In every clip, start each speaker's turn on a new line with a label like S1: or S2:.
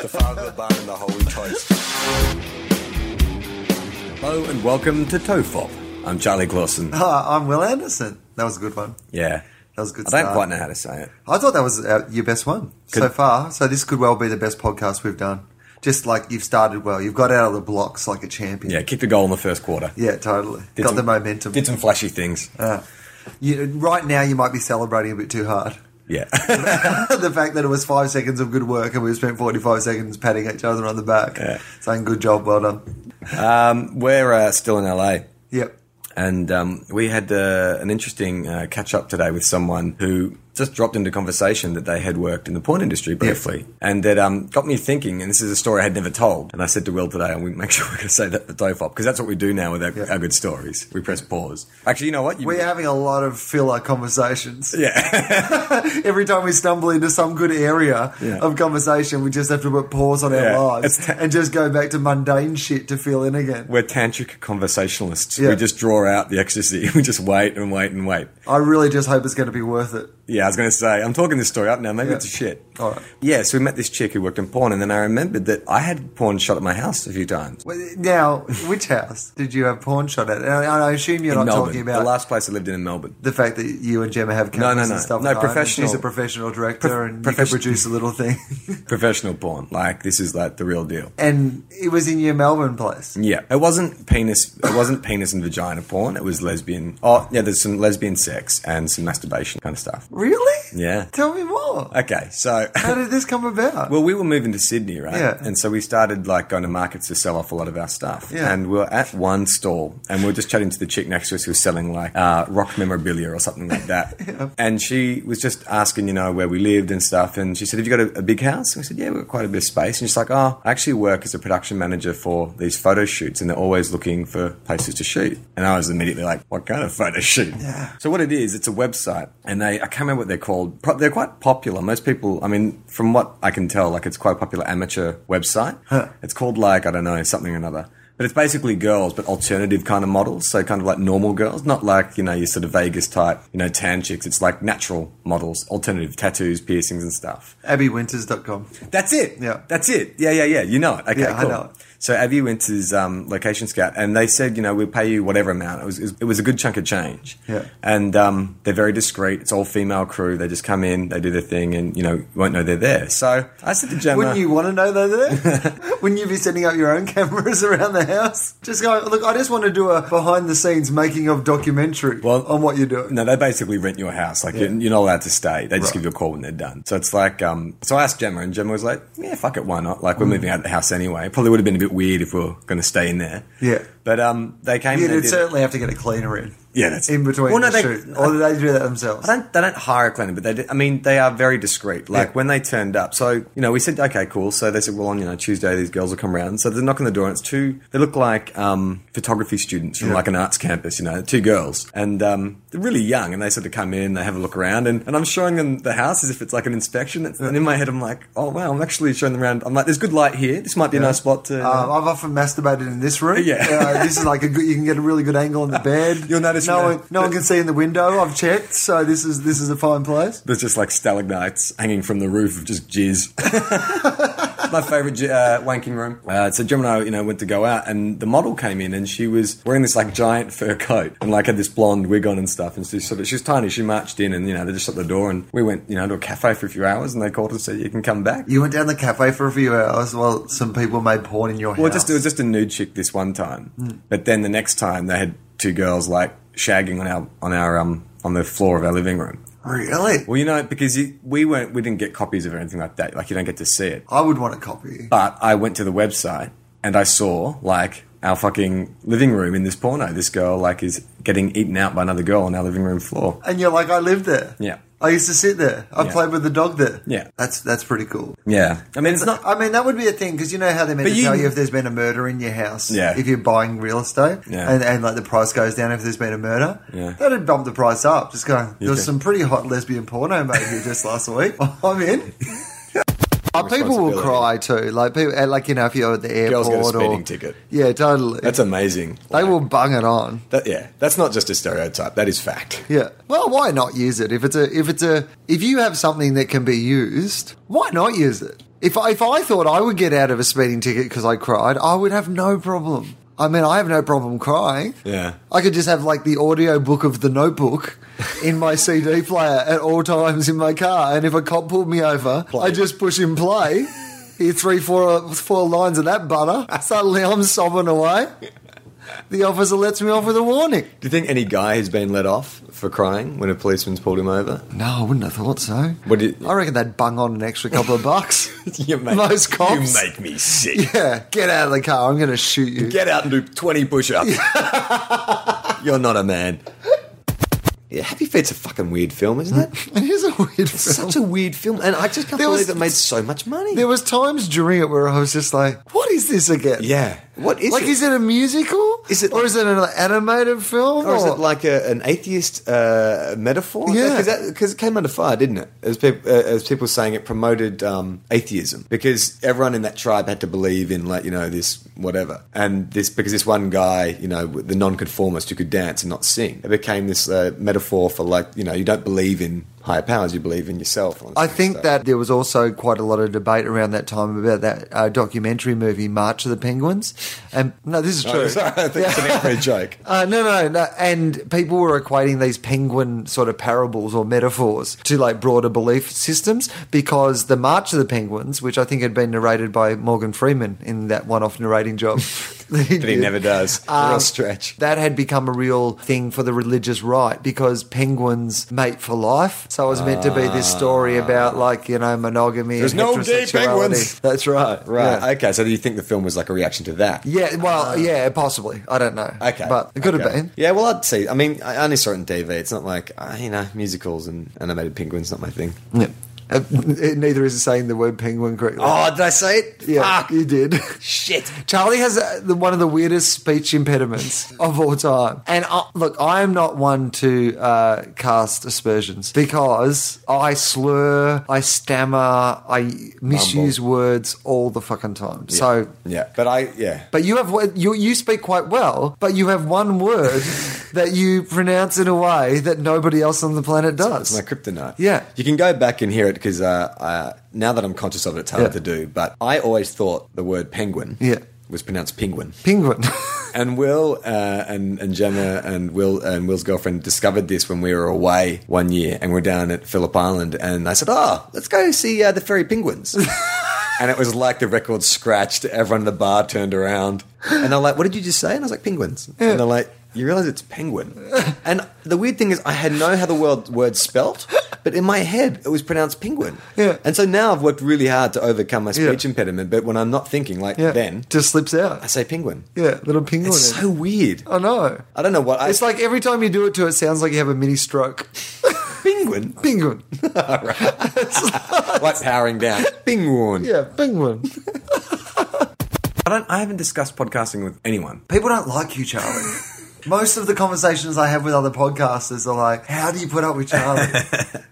S1: The Father, the Son, and the Holy Ghost. Hello and welcome to Tofop. I'm Charlie Clausen.
S2: Hi, Oh, I'm Will Anderson. That was a good one.
S1: Yeah,
S2: That was a good.
S1: I don't
S2: start.
S1: quite know how to say it.
S2: I thought that was uh, your best one so
S1: Good.
S2: far. So this could well be the best podcast we've done. Just like you've started well, you've got out of the blocks like a champion.
S1: Yeah, kicked a goal in the first quarter.
S2: Yeah, totally.
S1: Did
S2: got
S1: some-
S2: the momentum. Uh.
S1: Did some flashy things.
S2: You- right now, you might be celebrating a bit too hard.
S1: Yeah,
S2: the fact that it was five seconds of good work and we spent forty-five seconds patting each other on the back,
S1: Yeah.
S2: saying "Good job, well done."
S1: we're uh, still in LA,
S2: Yep.
S1: and um, we had uh, an interesting uh, catch up today with someone who just dropped into conversation that they had worked in the porn industry briefly, and that um, got me thinking. And this is a story I had never told. And I said to Will today, and we make sure we're going to say that for Tofop because that's what we do now with our,
S2: Yeah.
S1: our good stories. We press pause. Actually, you know what? You-
S2: We're having a lot of filler conversations.
S1: Yeah.
S2: Every time we stumble into some good area
S1: Yeah.
S2: of conversation, we just have to put pause on
S1: Yeah,
S2: our lives
S1: it's ta-
S2: and just go back to mundane shit to fill in again.
S1: We're tantric conversationalists.
S2: Yeah.
S1: We just draw out the ecstasy. We just wait and wait and wait.
S2: I really just hope it's going to be worth it.
S1: Yeah, I was going to say, I'm talking this story up now. Maybe
S2: Yeah.
S1: it's a shit.
S2: All right.
S1: Yeah, so we met this chick who worked in porn, and then I remembered that I had porn shot at my house a few times.
S2: Well, Now, which house did you have porn shot at? And I and I assume you're
S1: in
S2: not
S1: Melbourne.
S2: talking about
S1: the
S2: the,
S1: last place I lived in in Melbourne.
S2: fact that you and Gemma have cameras
S1: No, no, no.
S2: and stuff.
S1: No,
S2: at home, and
S1: professional-
S2: She's a professional director
S1: Prof-
S2: and
S1: profession-
S2: you can produce a little thing.
S1: Professional porn. Like, this is like the real deal.
S2: and it was in your Melbourne place.
S1: Yeah, it wasn't penis. It wasn't penis and vagina porn. It was lesbian. Oh, yeah. There's some lesbian sex and some masturbation kind of stuff.
S2: Really?
S1: Yeah.
S2: Tell me more.
S1: Okay, so
S2: How did this come about?
S1: Well, we were moving to Sydney, right?
S2: Yeah.
S1: And so we started like going to markets to sell off a lot of our stuff.
S2: Yeah.
S1: And we were at one stall and we were just chatting to the chick next to us who was selling like uh, rock memorabilia or something like that. And she was just asking, you know, where we lived and stuff. And she said, Have you got a, a big house? And we said, Yeah, we've got quite a bit of space. And she's like, Oh, I actually work as a production manager for these photo shoots and they're always looking for places to shoot. And I was immediately like, What kind of photo shoot?
S2: Yeah.
S1: So what it is, it's a website, and they I can't remember what they're called. Pro- they're quite popular. Most people, I mean, from what I can tell, like it's quite a popular amateur website. It's called like I don't know something or another. But it's basically girls, but alternative kind of models. So kind of like normal girls, not like you know your sort of Vegas type, you know, tan chicks. It's like natural models, alternative tattoos, piercings, and stuff.
S2: AbbyWinters.com.
S1: That's it.
S2: Yeah.
S1: That's it. Yeah, yeah, yeah. You know it. Okay,
S2: Yeah, I
S1: cool.
S2: know it.
S1: So Abby went to his um, location scout, and they said, you know, we'll pay you whatever amount. It was, it was a good chunk of change.
S2: Yeah.
S1: And um, they're very discreet. It's all female crew. They just come in, they do their thing, and you know, you won't know they're there. So I said to Gemma,
S2: Wouldn't you want to know though? There? Wouldn't you be setting up your own cameras around the house? Just going, look, I just want to do a behind the scenes making of documentary
S1: Well-
S2: on what you're doing.
S1: No, they basically rent your house. Like you're, you're not allowed to stay. They just
S2: Right.
S1: give you a call when they're done. So it's like, um, so I asked Gemma, and Gemma was like, "Yeah, fuck it, why not?
S2: Mm.
S1: Like we're moving out of the house anyway. Probably would have been a bit weird if we were going to stay in there."
S2: Yeah.
S1: But um, they came. and they
S2: You'd
S1: did it.
S2: certainly have to get a cleaner in.
S1: Yeah, that's-
S2: in between
S1: Well, no,
S2: the Oh,
S1: they-
S2: shoot. Or do they do that themselves?
S1: I don't, they don't hire a cleaner, but they do, I mean, they are very discreet. Like
S2: Yeah.
S1: when they turned up, so, you know, we said, okay, cool. So they said, well, on, you know, Tuesday, these girls will come around. So they knock on the door and it's two, they look like, um, photography students from
S2: Yeah.
S1: like an arts campus, you know, two girls. And, um, they're really young and they sort of come in, they have a look around and, and I'm showing them the house as if it's like an inspection. It's- And in my head, I'm like, oh, wow, I'm actually showing them around. I'm like, there's good light here. This might be a nice spot to. uh,
S2: Um, I've often masturbated in this room.
S1: Yeah.
S2: Uh, this is like a good. You can get a really good angle on the bed.
S1: You'll notice
S2: no
S1: you know-
S2: one, no one can see in the window. I've checked, so this is this is a fine place.
S1: There's just like stalagmites hanging from the roof of just jizz. My favorite j- uh, wanking room. Uh, so Jim and I, you know, went to go out, and the model came in, and she was wearing this like giant fur coat, and like had this blonde wig on and stuff. And she sort of, she's tiny. She marched in, and you know, they just shut the door, and we went, you know, to a cafe for a few hours, and they called us said you can come back.
S2: You went down the cafe for a few hours while some people made porn in your
S1: Well,
S2: house.
S1: just it was just a nude chick this one time, but then the next time they had two girls like shagging on our on our um on the floor of our living room.
S2: really.
S1: Well, you know, because you, we weren't, we didn't get copies of it or anything like that. Like you don't get to see it.
S2: I would want a copy.
S1: But I went to the website and I saw like
S3: our fucking living room in this porno. This girl like is getting eaten out by another girl on our living room floor.
S2: And you're like, I lived there.
S3: Yeah.
S2: I used to sit there. I
S3: Yeah.
S2: played with the dog there.
S3: Yeah.
S2: That's that's pretty cool.
S3: Yeah, I mean it's not.
S2: I mean, that would be a thing because you know how they're meant
S3: But
S2: to
S3: you-
S2: tell you if there's been a murder in your house.
S3: Yeah.
S2: If you're buying real estate,
S3: Yeah.
S2: and, and like the price goes down if there's been a murder.
S3: Yeah.
S2: That'd bump the price up. Just going, there was
S3: think?
S2: some pretty hot lesbian porno made here just last week. I'm in. Uh, people will
S3: Responsibility.
S2: cry too. Like people, uh, like you know, if you're at the airport
S3: Girls get a
S2: or
S3: speeding ticket.
S2: yeah, totally.
S1: That's amazing.
S2: they will bung it on.
S1: That, yeah, that's not just a stereotype. That is fact.
S2: Yeah. Well, why not use it? If it's a if it's a if you have something that can be used, why not use it? If I- if I thought I would get out of a speeding ticket because I cried, I would have no problem. I mean, I have no problem crying.
S1: Yeah.
S2: I could just have like the audio book of The Notebook in my CD player at all times in my car, and if a cop pulled me over, I just push him play. Hear three, four, four lines of that butter. Suddenly, I'm sobbing away. The officer lets me off with a warning.
S1: Do you think any guy has been let off for crying when a policeman's pulled him over?
S2: No, I wouldn't have thought so.
S1: What do you-
S2: I reckon they'd bung on an extra couple of bucks.
S1: You make,
S2: Most cops.
S1: You make me sick.
S2: yeah, get out of the car. I'm going to shoot you.
S1: Get out and do 20 push ups. You're not a man. Yeah, Happy Feet's a fucking weird film, isn't it?
S2: it is a weird film.
S1: Such a weird film. And I just can't
S2: There
S1: believe it
S2: was-
S1: made so much money.
S2: there was times during it where I was just like, "What is this again?"
S1: yeah. What is
S2: like,
S1: it?
S2: is it a musical?
S1: Is it-
S2: or is it an animated film?
S1: or is it like a, an atheist uh, metaphor?
S2: Oh. Yeah.
S1: because it came under fire, didn't it? As people, uh, as people saying it promoted um, atheism because everyone in that tribe had to believe in like you know this whatever, and this because this one guy you know the nonconformist who could dance and not sing, it became this uh, metaphor for like you know you don't believe in higher powers, you believe in yourself. and all this
S2: I
S1: kind of
S2: think
S1: stuff.
S2: that there was also quite a lot of debate around that time about that uh, documentary movie, March of the Penguins. And no, this is true.
S1: Oh, sorry, I think it's an angry joke.
S2: Uh, no, no, no. And people were equating these penguin sort of parables or metaphors to like broader belief systems because the March of the Penguins, which I think had been narrated by Morgan Freeman in that one off narrating job that he,
S1: That he
S2: did,
S1: never does.
S2: um,
S1: Real stretch.
S2: That had become a real thing for the religious right because penguins mate for life. So it was meant to be this story about like, you know, monogamy
S1: Ah. There's
S2: and
S1: no gay
S2: heterosexuality.
S1: penguins.
S2: That's right.
S1: Right.
S2: Yeah.
S1: Okay. So do you think the film was like a reaction to that?
S2: Yeah, well, yeah, possibly. I don't know.
S1: Okay,
S2: But it could have
S1: okay.
S2: been.
S1: Yeah, well, I'd say. I mean, I only saw it on TV. It's not like uh, you know, musicals and animated penguins. Not my thing.
S2: Yeah. Uh, n- neither is saying the word penguin correctly.
S1: Oh, did I say it?
S2: yeah,
S1: Fuck.
S2: you did.
S1: Shit.
S2: Charlie has uh, the, one of the weirdest speech impediments of all time. And I, look, I am not one to uh, cast aspersions because I slur, I stammer, I misuse words all the fucking time. So
S1: Yeah, but I yeah.
S2: but you have one- you you speak quite well, but you have one word that you pronounce in a way that nobody else on the planet
S1: It's
S2: does.
S1: my kryptonite.
S2: Yeah.
S1: You can go back and hear it because uh, uh, now that I'm conscious of it, it's hard
S2: Yeah.
S1: to do. But I always thought the word penguin
S2: Yeah.
S1: was pronounced penguin.
S2: Penguin.
S1: And Will uh, and and Gemma and Will and Will's girlfriend discovered this when we were away one year, and we're down at Phillip Island, and I said, "Oh, let's go see uh, the fairy penguins." and it was like the record scratched. Everyone in the bar turned around, and they're like, "What did you just say?" And I was like, "Penguins," and they're like. You realize it's penguin, and the weird thing is, I had no how the word word spelt, but in my head it was pronounced penguin.
S2: Yeah.
S1: and so now I've worked really hard to overcome my
S2: Yeah.
S1: speech impediment. But when I'm not thinking, like
S2: yeah,
S1: then,
S2: just slips
S1: I
S2: out.
S1: say penguin.
S2: Yeah, little penguin.
S1: It's so weird.
S2: I know.
S1: I don't know what I,
S2: It's like every time you do it to it, it sounds like you have a mini stroke.
S1: penguin,
S2: Penguin.
S1: like powering down. Penguin.
S2: Yeah, penguin.
S3: I don't. I haven't discussed podcasting with anyone.
S2: People don't like you, Charlie. Most of the conversations I have with other podcasters are like, how do you put up with Charlie?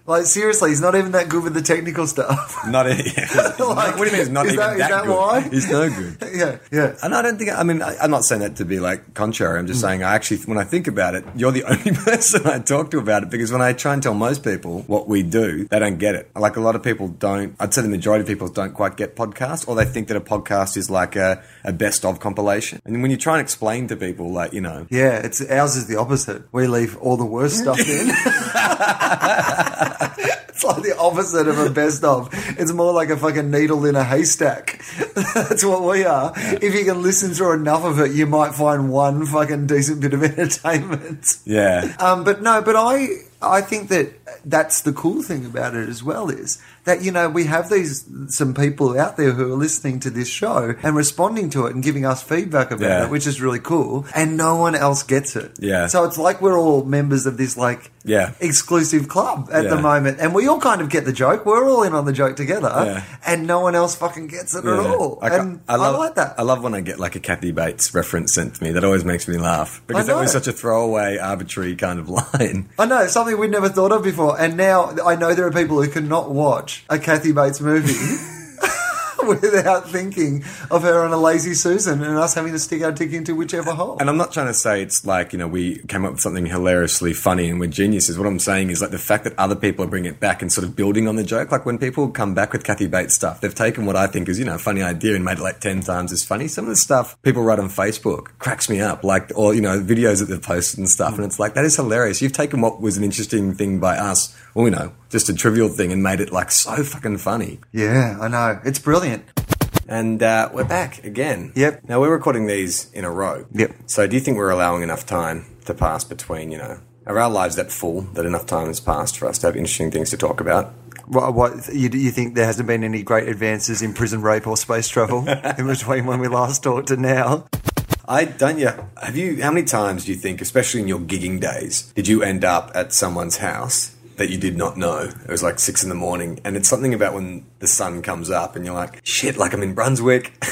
S2: like, seriously, he's not even that good with the technical stuff.
S3: Not any. what do you mean? It's not
S2: is
S3: even
S2: that- is that
S3: good?
S2: why?
S3: It's no good.
S2: yeah, yeah.
S3: And I don't think, I mean, I, I'm not saying that to be like contrary. I'm just
S2: Hmm.
S3: saying, I actually, when I think about it, you're the only person I talk to about it because when I try and tell most people what we do, they don't get it. Like a lot of people don't, I'd say the majority of people don't quite get podcasts or they think that a podcast is like a, a best of compilation. And when you try and explain to people, like, you know,
S2: Yeah, it's ours is the opposite. We leave all the worst stuff in. it's like the opposite of a best of. It's more like a fucking needle in a haystack. That's what we are. If you can listen through enough of it, you might find one fucking decent bit of entertainment.
S3: yeah.
S2: Um, but no, but I I think that that's the cool thing about it as well is that you know we have these some people out there who are listening to this show and responding to it and giving us feedback about
S1: Yeah.
S2: it, which is really cool, and no one else gets it.
S1: Yeah.
S2: So it's like we're all members of this like
S1: Yeah.
S2: exclusive club at the
S1: Yeah.
S2: moment, and we all kind of get the joke. We're all in on the joke together,
S1: Yeah.
S2: and no one else fucking gets it at
S1: Yeah.
S2: all.
S1: Like,
S2: and I,
S1: love,
S2: like that.
S1: I love when I get like a Kathy Bates reference sent to me. That always makes me laugh because that was
S2: know.
S1: such a throwaway, arbitrary kind of line.
S2: I know something we'd never thought of before, and now I know there are people who cannot watch a Kathy Bates movie without thinking of her on a Lazy Susan and us having to stick our dick into whichever hole.
S1: And I'm not trying to say it's like, you know, we came up with something hilariously funny and we're geniuses. What I'm saying is like the fact that other people are bringing it back and sort of building on the joke. Like when people come back with Kathy Bates stuff, they've taken what I think is, you know, a funny idea and made it like 10 times as funny. Some of the stuff people write on Facebook cracks me up, like, or, you know, videos that they've posted and stuff. And it's like, that is hilarious. You've taken what was an interesting thing by us, well, you know, just a trivial thing and made it like so fucking funny.
S2: Yeah, I know. It's brilliant.
S1: And uh, we're back again.
S2: Yep.
S1: Now we're recording these in a row.
S2: Yep.
S1: So do you think we're allowing enough time to pass between, you know, are our lives that full that enough time has passed for us to have interesting things to talk about?
S2: What, what you, you think there hasn't been any great advances in prison rape or space travel in between when we last talked to now?
S1: I don't you have you how many times do you think, especially in your gigging days, did you end up at someone's house that you did not know? It was like six in the morning and it's something about when the sun comes up and you're like, shit, like I'm in Brunswick.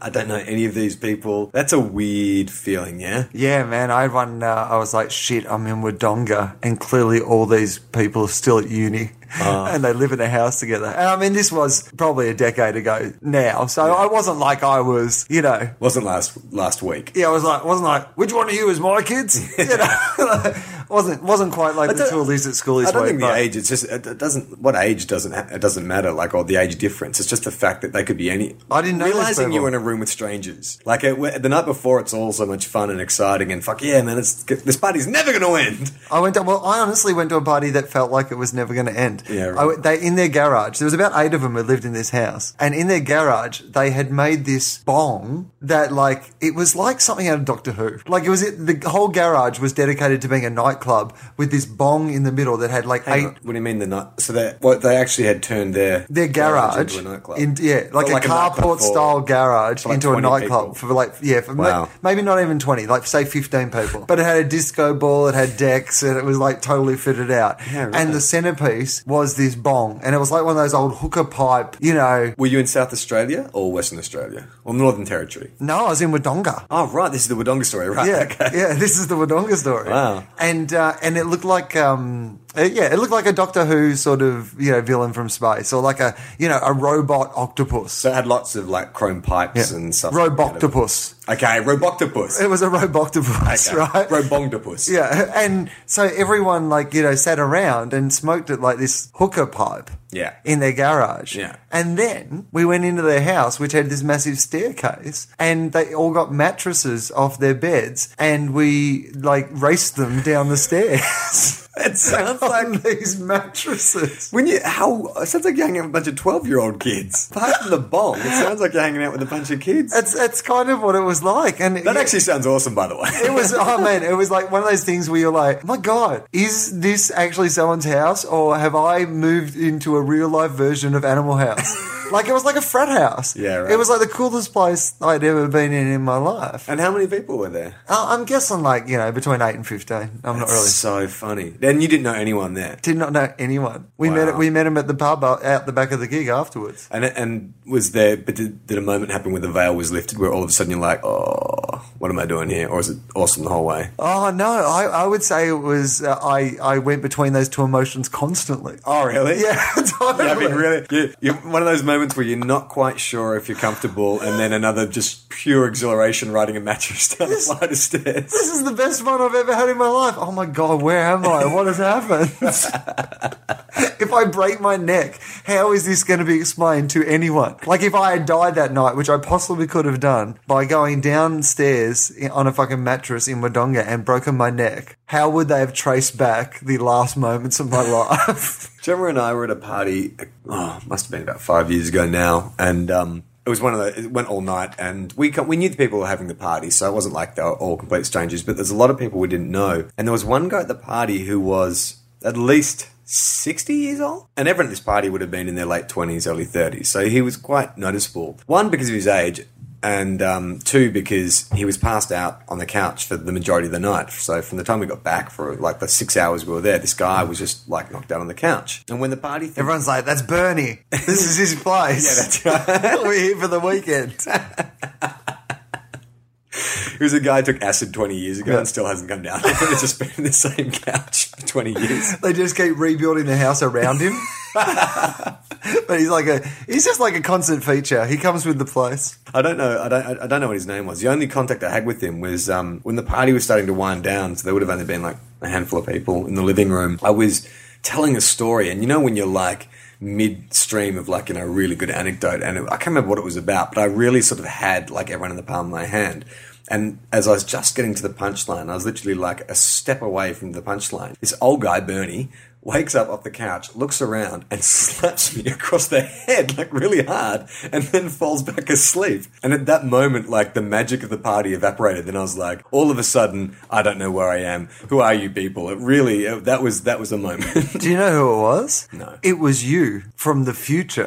S1: I don't know any of these people. That's a weird feeling, yeah?
S2: Yeah, man, I had one. Uh, I was like, shit, I'm in Wodonga, and clearly all these people are still at uni,
S1: Uh.
S2: and they live in a house together. And I mean, this was probably a decade ago now, so I wasn't like I was, you know.
S1: Wasn't last last week.
S2: Yeah, I was like, wasn't like, which one of you is my kids? You know, wasn't wasn't quite like the
S1: don't-
S2: two of these at school this
S1: I don't
S2: week,
S1: think the
S2: but-
S1: age. It's just it it doesn't. What age doesn't ha- it doesn't matter. Like or the age difference. It's just the fact that they could be any.
S2: I didn't know this
S1: realizing you
S2: level.
S1: were in a room with strangers. Like it, the night before, it's all so much fun and exciting and fuck yeah, man. It's this party's never going to end.
S2: I went to, well, I honestly went to a party that felt like it was never going to end.
S1: Yeah, right.
S2: I went- they in their garage. There was about eight of them who lived in this house, and in their garage they had made this bong that like it was like something out of Doctor Who. Like it was it, the whole garage was dedicated to being a nightclub with this bong in the middle that had like
S1: Hang
S2: eight.
S1: on, What do you mean the night? So they what they actually had turned their
S2: Their garage,
S1: into a nightclub.
S2: in, yeah, like
S1: But
S2: a
S1: nightclub
S2: carport
S1: for-
S2: style garage
S1: for like
S2: into a
S1: 20
S2: nightclub
S1: people.
S2: for like yeah, for ma-
S1: Wow.
S2: maybe not even twenty, like say fifteen people. but it had a disco ball, it had decks, and it was like totally fitted out.
S1: Yeah, right.
S2: And the centerpiece was this bong, and it was like one of those old hooker pipe, you know.
S1: Were you in South Australia or Western Australia or Northern Territory?
S2: No, I was in Wodonga.
S1: Oh right, this is the Wodonga story, right?
S2: Yeah,
S1: Okay.
S2: yeah. This is the Wodonga story.
S1: Wow.
S2: And uh, and it looked like um, uh, yeah, it looked like a Doctor Who sort of you know villain from space, or like a you know a robot octopus.
S1: So it had lots of like chrome pipes
S2: Yeah.
S1: and stuff.
S2: Roboctopus.
S1: Okay, Roboctopus.
S2: It was a roboctopus,
S1: Okay.
S2: right?
S1: Robongtopus.
S2: yeah, and so everyone like you know sat around and smoked it like this hooker pipe.
S1: Yeah.
S2: in their garage.
S1: Yeah.
S2: and then we went into their house, which had this massive staircase, and they all got mattresses off their beds, and we like raced them down the stairs.
S1: It sounds
S2: on
S1: like
S2: these mattresses.
S1: when you how it sounds like you're hanging out with a bunch of twelve year old kids. Apart from the bomb, it sounds like you're hanging out with a bunch of kids.
S2: That's that's kind of what it was like, and
S1: that
S2: yeah,
S1: actually sounds awesome, by the way.
S2: It was oh man, it was like one of those things where you're like, my god, is this actually someone's house, or have I moved into a real life version of Animal House? like it was like a frat house.
S1: Yeah, right.
S2: It was like the coolest place I'd ever been in in my life.
S1: and how many people were there?
S2: I- I'm guessing like you know between eight and fifteen. I'm not really.
S1: So funny. And you didn't know anyone there.
S2: Did not know anyone. We met
S1: Wow.
S2: met we met him at the pub out out the back of the gig afterwards.
S1: And and was there? But did, did a moment happen where the veil was lifted, where all of a sudden you're like, oh, what am I doing here? Or is it awesome the whole way?
S2: Oh no, I, I would say it was uh, I I went between those two emotions constantly.
S1: Oh, really?
S2: Yeah, totally.
S1: Yeah, I mean, really, you you one of those moments where you're not quite sure if you're comfortable, and then another just pure exhilaration riding a mattress down a flight of stairs.
S2: This is the best one I've ever had in my life. Oh my god, where am I? What has happened? if I break my neck, how is this going to be explained to anyone? Like if I had died that night, which I possibly could have done by going downstairs i- on a fucking mattress in Wodonga and broken my neck, how would they have traced back the last moments of my life?
S1: Gemma and I were at a party. Oh, must have been about five years ago now, and um, it was one of the. It went all night, and we co- we knew the people who were having the party, so it wasn't like they were all complete strangers. But there's a lot of people we didn't know, and there was one guy at the party who was. at least 60 years old. And everyone at this party would have been in their late 20s, early 30s. So he was quite noticeable. One, because of his age, and um, two, because he was passed out on the couch for the majority of the night. So from the time we got back for like the six hours we were there, this guy was just like knocked out on the couch. And when the party.
S2: Everyone's like, that's Bernie. This is his place.
S1: Yeah, that's right.
S2: We're here for the weekend.
S1: It was a guy who took acid 20 years ago and still hasn't come down. it's just been in the same couch for 20 years.
S2: They just keep rebuilding the house around him. but he's like a, he's just like a constant feature. He comes with the place.
S1: I don't know. I don't. I don't know what his name was. The only contact I had with him was um, when the party was starting to wind down. So there would have only been like a handful of people in the living room. I was telling a story, and you know when you're like midstream of like you know a really good anecdote, and it, I can't remember what it was about, but I really sort of had like everyone in the palm of my hand. And as I was just getting to the punchline, I was literally like a step away from the punchline. This old guy, Bernie, wakes up off the couch, looks around, and slaps me across the head like really hard, and then falls back asleep. And at that moment, like the magic of the party evaporated. Then I was like, all of a sudden, I don't know where I am. Who are you people? It really it- that was that was a moment.
S2: Do you know who it was?
S1: No.
S2: It was you from the future.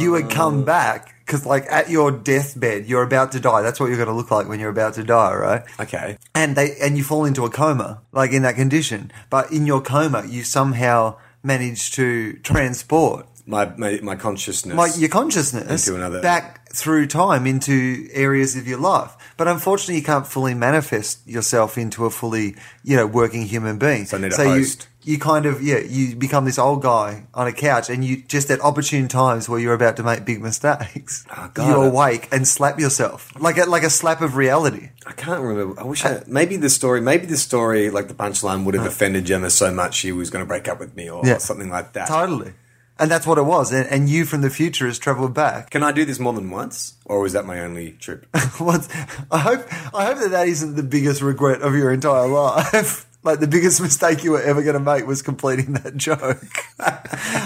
S2: You had come back because, like, at your deathbed, you're about to die. That's what you're going to look like when you're about to die, right?
S1: okay,
S2: and they and you fall into a coma like in that condition but in your coma you somehow manage to transport
S1: my my, my consciousness.
S2: like your consciousness
S1: Into another-
S2: back through time into areas of your life but unfortunately you can't fully manifest yourself into a fully you know working human being
S1: So I need a host.
S2: you you kind of yeah you become this old guy on a couch and you just at opportune times where you're about to make big mistakes
S1: Oh, God,
S2: you
S1: I-
S2: awake and slap yourself like a, like a slap of reality
S1: I can't remember. I wish I maybe the story, maybe the story, like the punchline, would have offended Gemma so much she was going to break up with me or
S2: Yeah.
S1: something like that.
S2: Totally. And that's what it was. And, and you from the future has travelled back.
S1: Can I do this more than once, or was that my only trip?
S2: What's- I hope I hope that that isn't the biggest regret of your entire life. like the biggest mistake you were ever going to make was completing that joke.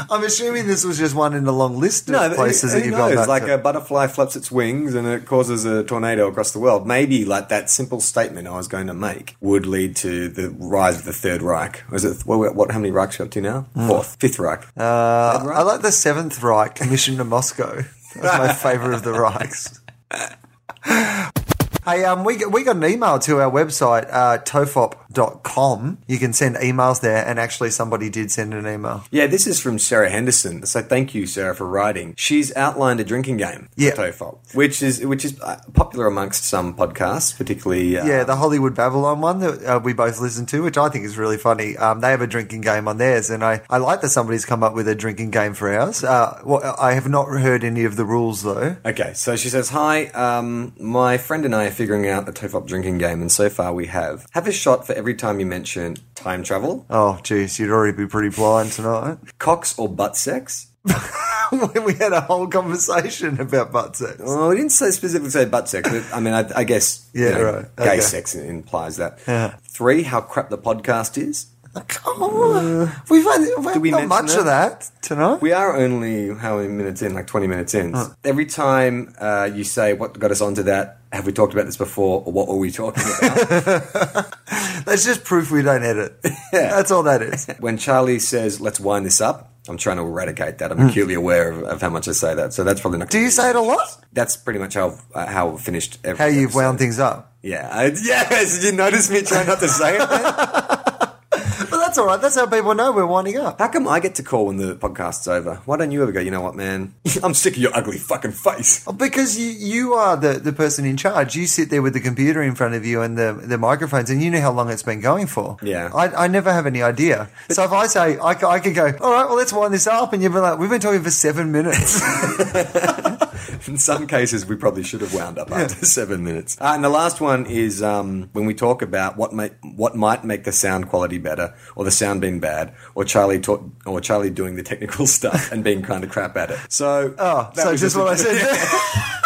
S2: I'm assuming this was just one in a long list of places
S1: who
S2: that you've gone
S1: knows?
S2: back
S1: like
S2: to.
S1: a butterfly flaps its wings and it causes a tornado across the world. Maybe like that simple statement I was going to make would lead to the rise of the Third Reich. Was it what? what how many Reichs are we up to now? Fourth, Fifth Reich.
S2: Mm. Uh, I like the Seventh Reich mission to Moscow. That's my favourite of the Reichs. Hey, um, we, got- we got an email to our website, uh, tofop.com. You can send emails there, and actually, somebody did send an email.
S1: yeah, this is from Sarah Henderson. So thank you, Sarah, for writing. She's outlined a drinking game,
S2: Yeah.
S1: for TOEFL, which is which is uh, popular amongst some podcasts, particularly. Uh,
S2: Yeah, the Hollywood Babylon one that uh, we both listened to, which I think is really funny. Um, they have a drinking game on theirs, and I, I like that somebody's come up with a drinking game for ours. Uh, well, I have not heard any of the rules, though.
S1: Okay, so she says, Hi, um, my friend and I are figuring out the TOEFOP drinking game, and so far we have. Have a shot for every time you mention time travel,
S2: Oh, geez, you'd already be pretty blind tonight.
S1: cocks or butt sex.
S2: when we had a whole conversation about butt sex.
S1: Well, Oh, we didn't say specifically say butt sex, but I mean, I, I guess
S2: Yeah, right.
S1: gay
S2: Okay.
S1: sex implies that.
S2: Yeah.
S1: Three, how crap the podcast is.
S2: Come on. we've had, we've
S1: Uh, we mention
S2: not much of that tonight.
S1: We are only how many minutes in? Like twenty minutes in. Every time uh, you say what got us onto that, have we talked about this before, or what were we talking about?
S2: That's just proof we don't edit. That's all that is.
S1: when Charlie says, "Let's wind this up," I'm trying to eradicate that. I'm acutely aware of, of how much I say that, so that's probably not.
S2: Hmm. Do you say it a lot?
S1: That's pretty much how uh, how I've finished. Every
S2: How you've
S1: episode.
S2: wound things up.
S1: Yeah, I, yes. Did you notice me trying not to say it? then?
S2: But that's all right. That's how people know we're winding up.
S1: how come I get to call when the podcast's over? Why don't you ever go? You know what, man? I'm sick of your ugly fucking face.
S2: Because you, you are the, the person in charge. You sit there with the computer in front of you and the, the microphones, and you know how long it's been going for.
S1: Yeah.
S2: I, I never have any idea. so if I say, I, c- I could go, all right, well, let's wind this up. And you'd be like, we've been talking for seven minutes.
S1: In some cases, we probably should have wound up after seven minutes. Uh, and the last one is um, when we talk about what ma- what might make the sound quality better, or the sound being bad, or Charlie ta- or Charlie doing the technical stuff and being kind of crap at it. So,
S2: oh,
S1: that
S2: so
S1: was
S2: just what I
S1: a-
S2: said.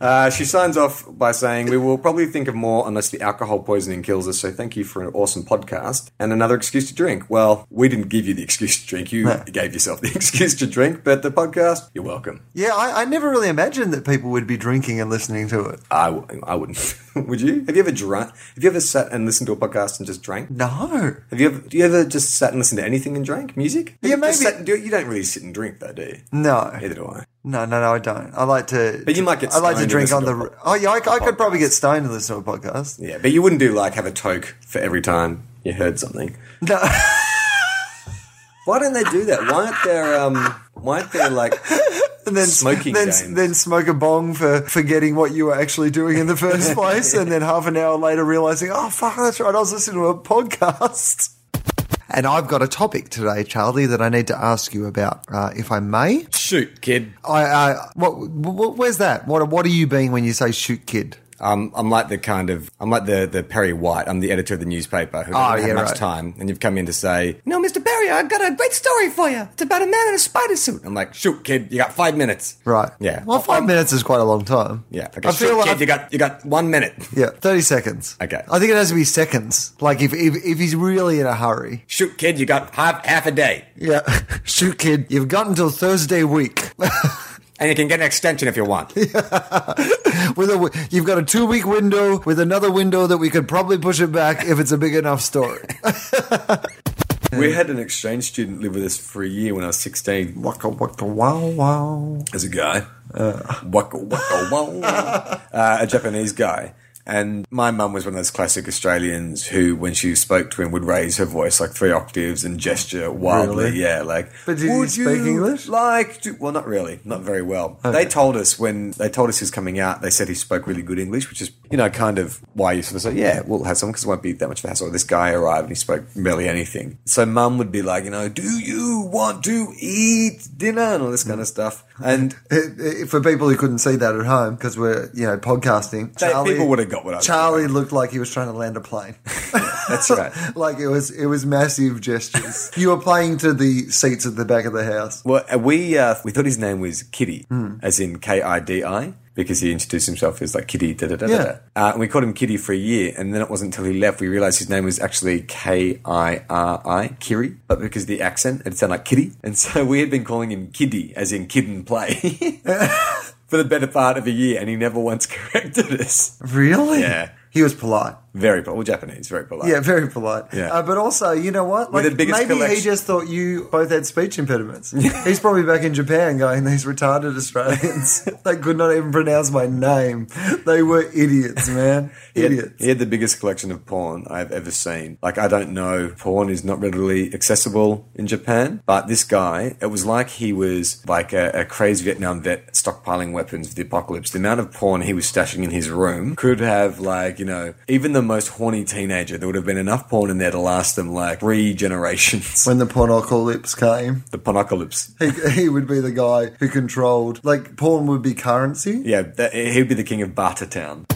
S1: Uh, she signs off by saying, "We will probably think of more unless the alcohol poisoning kills us. So thank you for an awesome podcast and another excuse to drink." Well, we didn't give you the excuse to drink; you
S2: No.
S1: gave yourself the excuse to drink. But the podcast, you're welcome.
S2: Yeah, I, I never really imagined that people would be drinking and listening to it.
S1: I, w- I wouldn't. Would you? Have you ever drunk? Have you ever sat and listened to a podcast and just drank?
S2: No.
S1: Have you ever? Do you ever just sat and listened to anything and drank music?
S2: Yeah,
S1: You just
S2: maybe.
S1: sat and do it- you don't really sit and drink though, do you?
S2: No.
S1: Neither do I.
S2: No, no, no, I don't. I like to.
S1: But you might get
S2: I like to
S1: stoned
S2: drink
S1: and
S2: on the.
S1: listen to a
S2: oh, yeah, I, I could probably
S1: podcast.
S2: get stoned and listen to a podcast.
S1: Yeah, but you wouldn't do like have a toke for every time you heard something.
S2: No.
S1: Why don't they do that? Why aren't there? Um, why aren't there like?
S2: and then
S1: Smoking
S2: then,
S1: games.
S2: then smoke a bong for forgetting what you were actually doing in the first place, and then half an hour later realizing, oh fuck, that's right, I was listening to a podcast. And I've got a topic today, Charlie, that I need to ask you about, uh, if I may.
S4: Shoot, kid.
S2: I, I what, what, where's that? What, what are you being when you say shoot kid?
S4: Um, I'm like the kind of I'm like the the Perry White. I'm the editor of the newspaper who doesn't
S2: Oh,
S4: have
S2: yeah,
S4: much
S2: right.
S4: time, and you've come in to say, "No, Mr. Perry, I've got a great story for you. It's about a man in a spider suit." I'm like, "Shoot, kid, you got five minutes."
S2: Right.
S4: Yeah.
S2: Well, 5 minutes is quite a long time.
S4: Yeah. Okay,
S2: I feel
S4: shoot,
S2: like
S4: kid, you got you got one minute.
S2: yeah, thirty seconds.
S4: Okay.
S2: I think it has to be seconds. Like if if, if he's really in a hurry.
S4: Shoot, kid, you got half half a day,
S2: Yeah. Shoot, kid. You've got until Thursday week.
S4: and you can get an extension if you want.
S2: with a you've got a two week window with another window that we could probably push it back if it's a big enough story.
S1: We had an exchange student live with us for a year when I was sixteen.
S2: waka waka wow wow.
S1: as a guy.
S2: Uh.
S1: Waka waka wow. uh, a Japanese guy. And my mum was one of those classic Australians who, when she spoke to him, would raise her voice like three octaves and gesture wildly.
S2: Really?
S1: Yeah, like.
S2: But did he
S1: "Would
S2: speak
S1: you
S2: English?"
S1: Like, to-" well, not really, not very well. They told us when they told us he was coming out, they said he spoke really good English, which is you know kind of why you sort of say, yeah, we'll have someone because it won't be that much of a hassle. This guy arrived and he spoke barely anything. So mum would be like, you know, do you want to eat dinner and all this kind of stuff, and
S2: For people who couldn't see that at home because we're you know podcasting,
S1: They- people would have got what I was
S2: Charlie
S1: doing.
S2: looked like he was trying to land a plane.
S1: That's right.
S2: like it was it was massive gestures. you were playing to the seats at the back of the house.
S1: Well, uh, we uh, we thought his name was Kitty,
S2: Hmm.
S1: as in K I D I, because he introduced himself as like Kitty. Da da da da.
S2: Yeah.
S1: da. Uh, and we called him Kitty for a year, and then it wasn't until he left we realised his name was actually K I R I Kiri, but because of the accent, it sounded like Kitty, and so we had been calling him Kiddy, as in kid and play. For the better part of a year, and he never once corrected us.
S2: Really?
S1: Yeah.
S2: He was polite.
S1: Very polite, well, Japanese, very polite.
S2: Yeah, very polite.
S1: Yeah.
S2: Uh, but also, you know what?
S1: With
S2: Like,
S1: the
S2: maybe
S1: biggest
S2: he
S1: collection-
S2: just thought you both had speech impediments. He's probably back in Japan going, these retarded Australians. they could not even pronounce my name. They were idiots, man.
S1: He had-
S2: idiots.
S1: He had the biggest collection of porn I've ever seen. Like, I don't know, porn is not readily accessible in Japan, but this guy, it was like he was like a, a crazed Vietnam vet stockpiling weapons for the apocalypse. The amount of porn he was stashing in his room could have, like, you know, even the most horny teenager, there would have been enough porn in there to last them, like, three generations.
S2: When the pornocalypse came,
S1: the pornocalypse.
S2: he, he would be the guy who controlled, like, porn would be currency.
S1: Yeah, that, he'd be the king of Barter Town.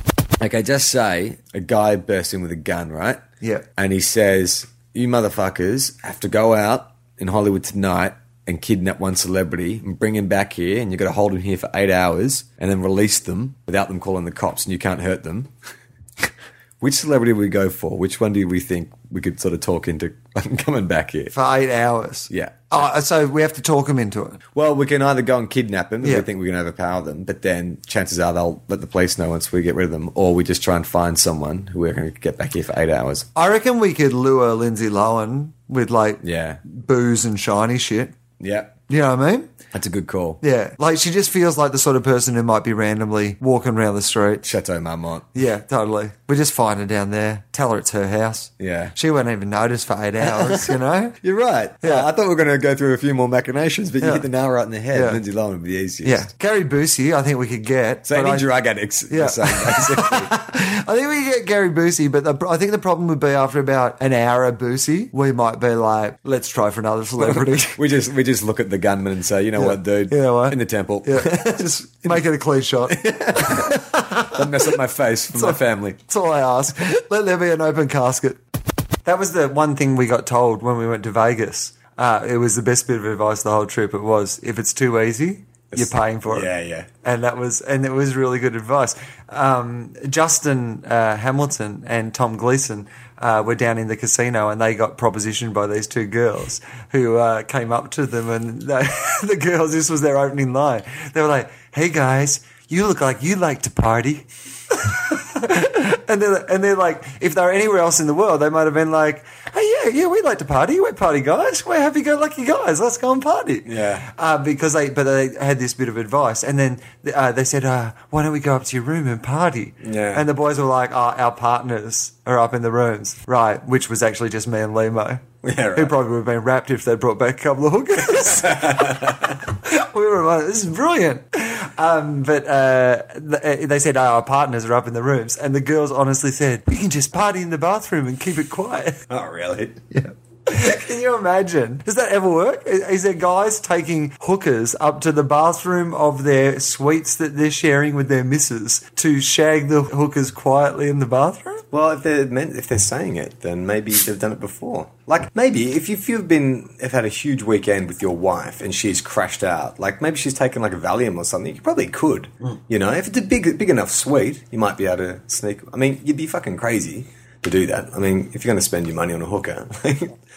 S4: Okay, just say a guy bursts in with a gun, right?
S2: Yeah.
S4: And he says, You motherfuckers have to go out in Hollywood tonight and kidnap one celebrity and bring him back here, and you've got to hold him here for eight hours and then release them without them calling the cops, and you can't hurt them. Which celebrity we go for? Which one do we think we could sort of talk into coming back here?
S2: For eight hours.
S4: Yeah.
S2: Oh, so we have to talk him into it.
S4: Well, we can either go and kidnap them if
S2: Yeah.
S4: we think we can overpower them, but then chances are they'll let the police know once we get rid of them, or we just try and find someone who we're going to get back here for eight hours.
S2: I reckon we could lure Lindsay Lohan with, like,
S4: Yeah.
S2: booze and shiny shit.
S4: Yeah.
S2: You know what I mean?
S4: That's a good call.
S2: Yeah, like she just feels like the sort of person who might be randomly walking around the street.
S4: Chateau Marmont.
S2: Yeah, totally. We just find her down there, tell her it's her house.
S4: Yeah.
S2: She won't even notice for eight hours, you know?
S4: You're right.
S2: Yeah.
S4: Yeah, I thought we were going to go through a few more machinations, but
S2: Yeah.
S4: you hit the nail right in the head.
S2: Yeah.
S4: Lindsay Lohan would be the easiest.
S2: Yeah. Gary Busey, I think we could get.
S4: So
S2: but
S4: any
S2: I,
S4: drug addicts,
S2: Yeah.
S4: yeah. saying basically.
S2: I think we could get Gary Busey, but the, I think the problem would be after about an hour of Busey, we might be like, let's try for another celebrity.
S4: we just we just look at the gunman and say, you know what, dude,
S2: You know what?
S4: in the temple,
S2: yeah, just make it a clean shot.
S4: don't mess up my face for my family.
S2: That's all I ask. Let there be an open casket. That was the one thing we got told when we went to Vegas. Uh, it was the best bit of advice the whole trip. It was if it's too easy, you're paying for it.
S1: Yeah, yeah.
S2: And that was and it was really good advice. Um, Justin uh, Hamilton and Tom Gleason uh, were down in the casino and they got propositioned by these two girls who uh, came up to them and they, the girls. This was their opening line. They were like, "Hey guys, you look like you like to party." and they're and they're like, if they're anywhere else in the world, they might have been like, "Hey, yeah, yeah, we like to party. We're party guys. We're happy-go-lucky guys. Let's go and party."
S1: Yeah.
S2: uh, because they but they had this bit of advice, and then uh, they said, uh, "Why don't we go up to your room and party?"
S1: Yeah.
S2: and the boys were like, oh, "Our partners are up in the rooms, right?" Which was actually just me and Limo.
S1: Yeah, right.
S2: Who probably would have been wrapped if they brought back a couple of hookers. we were like, this is brilliant. Um, but uh, th- uh, they said, oh, our partners are up in the rooms. And the girls honestly said, we can just party in the bathroom and keep it quiet.
S1: Oh, really?
S2: can you imagine? Does that ever work? Is, is there guys taking hookers up to the bathroom of their suites that they're sharing with their missus to shag the hookers quietly in the bathroom?
S1: Well, if they're meant, if they're saying it, then maybe they've done it before. Like maybe if, you, if you've been if had a huge weekend with your wife and she's crashed out, like maybe she's taken like a Valium or something. You probably could,
S2: Hmm.
S1: you know, if it's a big big enough suite, you might be able to sneak. I mean, you'd be fucking crazy to do that. I mean, if you're going to spend your money on a hooker,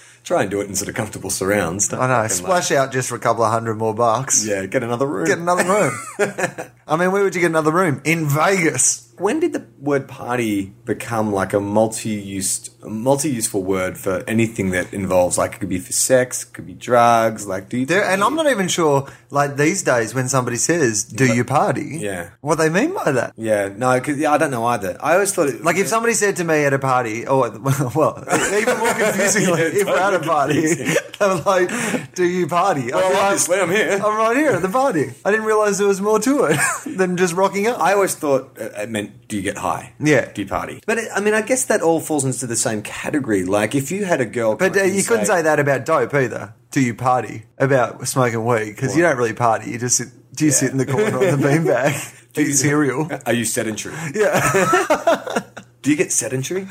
S1: try and do it in sort of comfortable surrounds. Don't
S2: I know,
S1: fucking, like-
S2: splash out just for a couple of hundred more bucks.
S1: yeah, get another room.
S2: Get another room. I mean, where would you get another room? In Vegas.
S1: when did the word party become like a multi-used multi-useful word for anything that involves like it could be for sex it could be drugs like do you
S2: There, and I'm not even sure, like these days, when somebody says, "Do you party?"
S1: Yeah.
S2: what they mean by that.
S1: yeah no 'cause, yeah, i don't know either i always thought it
S2: Like if somebody said to me at a party, or well, even more confusingly,
S1: Yeah,
S2: if we're at a
S1: totally
S2: party, they were like, "Do you party?" I'd be like,
S1: obviously, I'm here.
S2: I'm right here at the party. I didn't realize there was more to it than just rocking up.
S1: I always thought it it meant do you get high?
S2: Yeah.
S1: Do you party? But it, I mean, I guess that all falls into the same category. Like if you had a girl,
S2: But
S1: come
S2: uh,
S1: up and
S2: you couldn't say that about dope either. Do you party about smoking weed? Because you don't really party. You just sit, do you sit in the corner on the beanbag, eat cereal.
S1: Are you sedentary?
S2: Yeah,
S1: Do you get sedentary?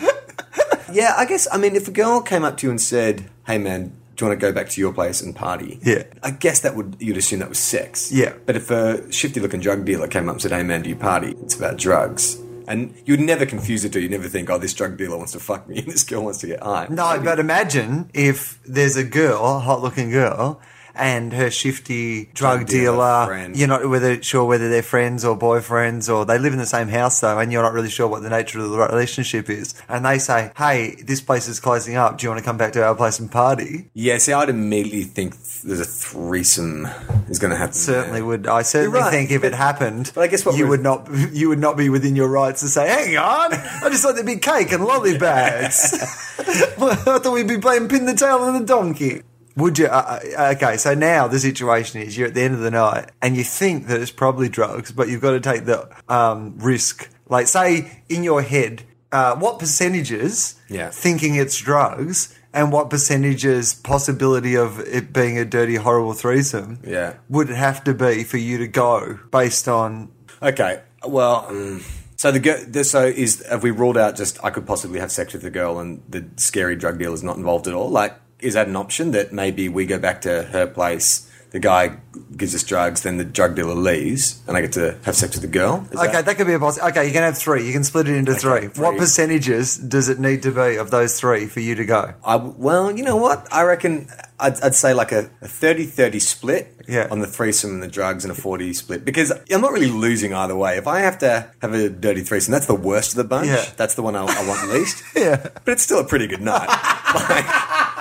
S1: yeah, I guess. I mean, if a girl came up to you and said, "Hey, man, do you want to go back to your place and party?"
S2: Yeah.
S1: I guess that would you'd assume that was sex.
S2: Yeah.
S1: But if a shifty-looking drug dealer came up and said, "Hey, man, do you party?" It's about drugs. And you'd never confuse the two. You'd never think, oh, this drug dealer wants to fuck me and this girl wants to get high.
S2: No, but imagine if there's a girl, a hot looking girl, and her shifty drug,
S1: Drug dealer
S2: dealer,
S1: friend.
S2: you're not whether, sure whether they're friends or boyfriends or they live in the same house though, and you're not really sure what the nature of the relationship is. And they say, hey, this place is closing up. Do you want to come back to our place and party?
S1: Yeah, see, I'd immediately think th- there's a threesome is going to happen.
S2: Certainly
S1: there.
S2: would. I certainly
S1: You're right.
S2: think if it happened,
S1: But I guess what
S2: you
S1: we're-
S2: would not you would not be within your rights to say, "Hang on, I just thought there'd be cake and lolly bags. I thought we'd be playing pin the tail on the donkey." Would you? Uh, uh, okay, so now the situation is you're at the end of the night and you think that it's probably drugs, but you've got to take the um, risk. Like, say in your head, uh, what percentages
S1: Yeah.
S2: thinking it's drugs and what percentages possibility of it being a dirty, horrible threesome?
S1: Yeah.
S2: would it have to be for you to go based on
S1: Okay, well, mm, so the girl, the- so is have we ruled out just I could possibly have sex with the girl and the scary drug dealer's not involved at all? Like, is that an option that maybe we go back to her place? The guy gives us drugs, then the drug dealer leaves, and I get to have sex with the girl. Is
S2: okay
S1: that-
S2: that, could be a possible okay you can have three you can split it into three. what
S1: three.
S2: percentages does it need to be of those three for you to go
S1: I, well, you know what? I reckon I'd, I'd say like a, a 30-30 split
S2: Yeah.
S1: on the threesome and the drugs and a 40 split because I'm not really losing either way. If I have to have a dirty threesome, that's the worst of the bunch.
S2: Yeah.
S1: That's the one I, I want least.
S2: Yeah.
S1: But it's still a pretty good night. Like,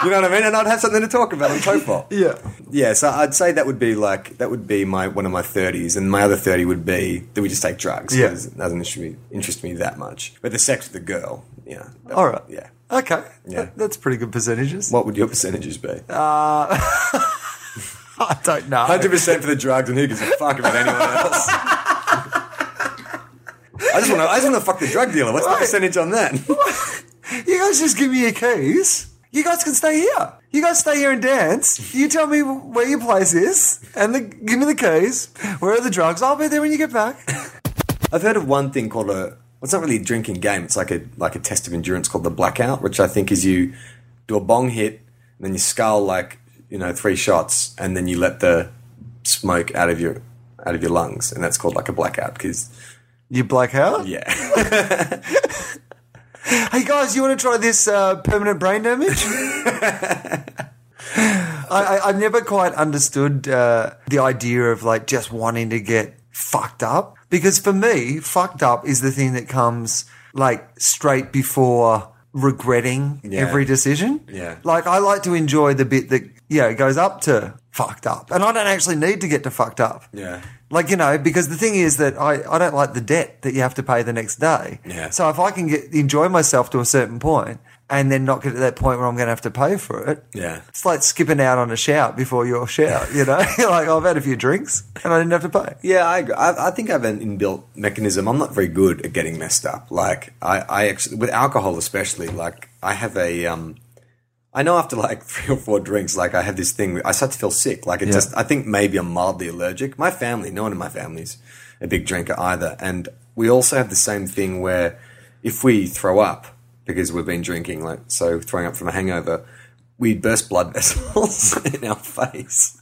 S1: you know what I mean? And I'd have something to talk about on profile.
S2: Yeah.
S1: Yeah, so I'd say that would be like, that would be my one of my 30s and my other 30 would be that we just take drugs.
S2: Yeah.
S1: 'cause It doesn't interest me, interest me that much. But the sex with the girl, you know. that-
S2: all right
S1: Yeah.
S2: okay
S1: Yeah.
S2: That- that's pretty good percentages
S1: What would your percentages be?
S2: i don't know
S1: Hundred percent for the drugs, and who gives a fuck about anyone else? I just want to. I just want to fuck the drug dealer. What's the
S2: Right.
S1: percentage on that?
S2: you guys just give me your keys you guys can stay here you guys stay here and dance you tell me where your place is and the, give me the keys where are the drugs i'll be there when you get back
S1: I've heard of one thing called a. Well, it's not really a drinking game. It's like a like a test of endurance called the blackout, which I think is you do a bong hit, and then you scull like you know three shots, and then you let the smoke out of your out of your lungs, and that's called like a blackout because
S2: you black out
S1: yeah.
S2: Hey guys, you want to try this uh, permanent brain damage? I, I, I've never quite understood uh, the idea of like just wanting to get fucked up because for me, fucked up is the thing that comes like straight before regretting every decision.
S1: Yeah.
S2: Like I like to enjoy the bit that yeah goes up to fucked up, and I don't actually need to get to fucked up.
S1: Yeah.
S2: Like you know, because the thing is that I, I don't like the debt that you have to pay the next day.
S1: Yeah.
S2: So if I can get enjoy myself to a certain point and then not get to that point where I'm going to have to pay for it,
S1: Yeah.
S2: it's like skipping out on a shout before your shout. You know, like I've had a few drinks and I didn't have to pay.
S1: Yeah, I, agree. I I think I have an inbuilt mechanism. I'm not very good at getting messed up. Like I, I actually with alcohol especially, like I have a um I know after like three or four drinks, like I have this thing I start to feel sick. Like it
S2: Yeah.
S1: just I think maybe I'm mildly allergic. My family, no one in my family's a big drinker either. And we also have the same thing where if we throw up because we've been drinking, like so throwing up from a hangover, we burst blood vessels in our face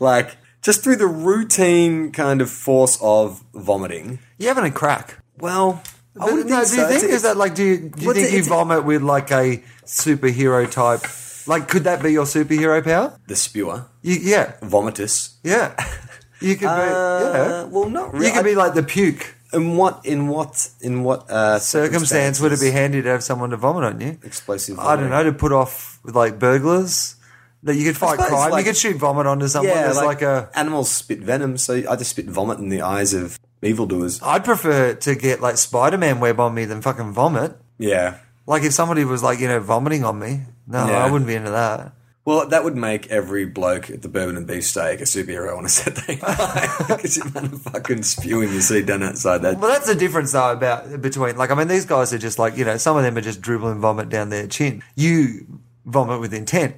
S1: like just through the routine kind of force of vomiting.
S2: You having a crack?
S1: Well, I wouldn't
S2: no,
S1: think
S2: do you
S1: so.
S2: think
S1: It's-
S2: is that like do you, do you
S1: What's
S2: think
S1: it-
S2: you
S1: it's-
S2: vomit with like a superhero type? Like, could that be your superhero power?
S1: the spewer
S2: You, yeah,
S1: vomitus?
S2: yeah. You could be.
S1: Uh,
S2: yeah.
S1: well, not really.
S2: You could be like the puke.
S1: in what in what in what uh,
S2: circumstance would it be
S1: circumstances?
S2: handy to have someone to vomit on you?
S1: Explosive
S2: I don't
S1: vomiting.
S2: know to put off like burglars. That you could fight
S1: suppose,
S2: crime.
S1: like-
S2: you could shoot vomit onto someone.
S1: Yeah,
S2: There's
S1: like,
S2: like, a.
S1: animals spit venom, so I just spit vomit in the eyes of evildoers.
S2: I'd prefer to get like Spider Man web on me than fucking vomit.
S1: Yeah.
S2: Like if somebody was like you know vomiting on me, no,
S1: Yeah.
S2: I wouldn't be into that.
S1: Well, that would make every bloke at the Bourbon and Beefsteak a superhero on a Saturday night. Because the amount of fucking spewing you see done outside that
S2: Well, that's the difference though about between like I mean these guys are just like you know some of them are just dribbling vomit down their chin. You vomit with intent.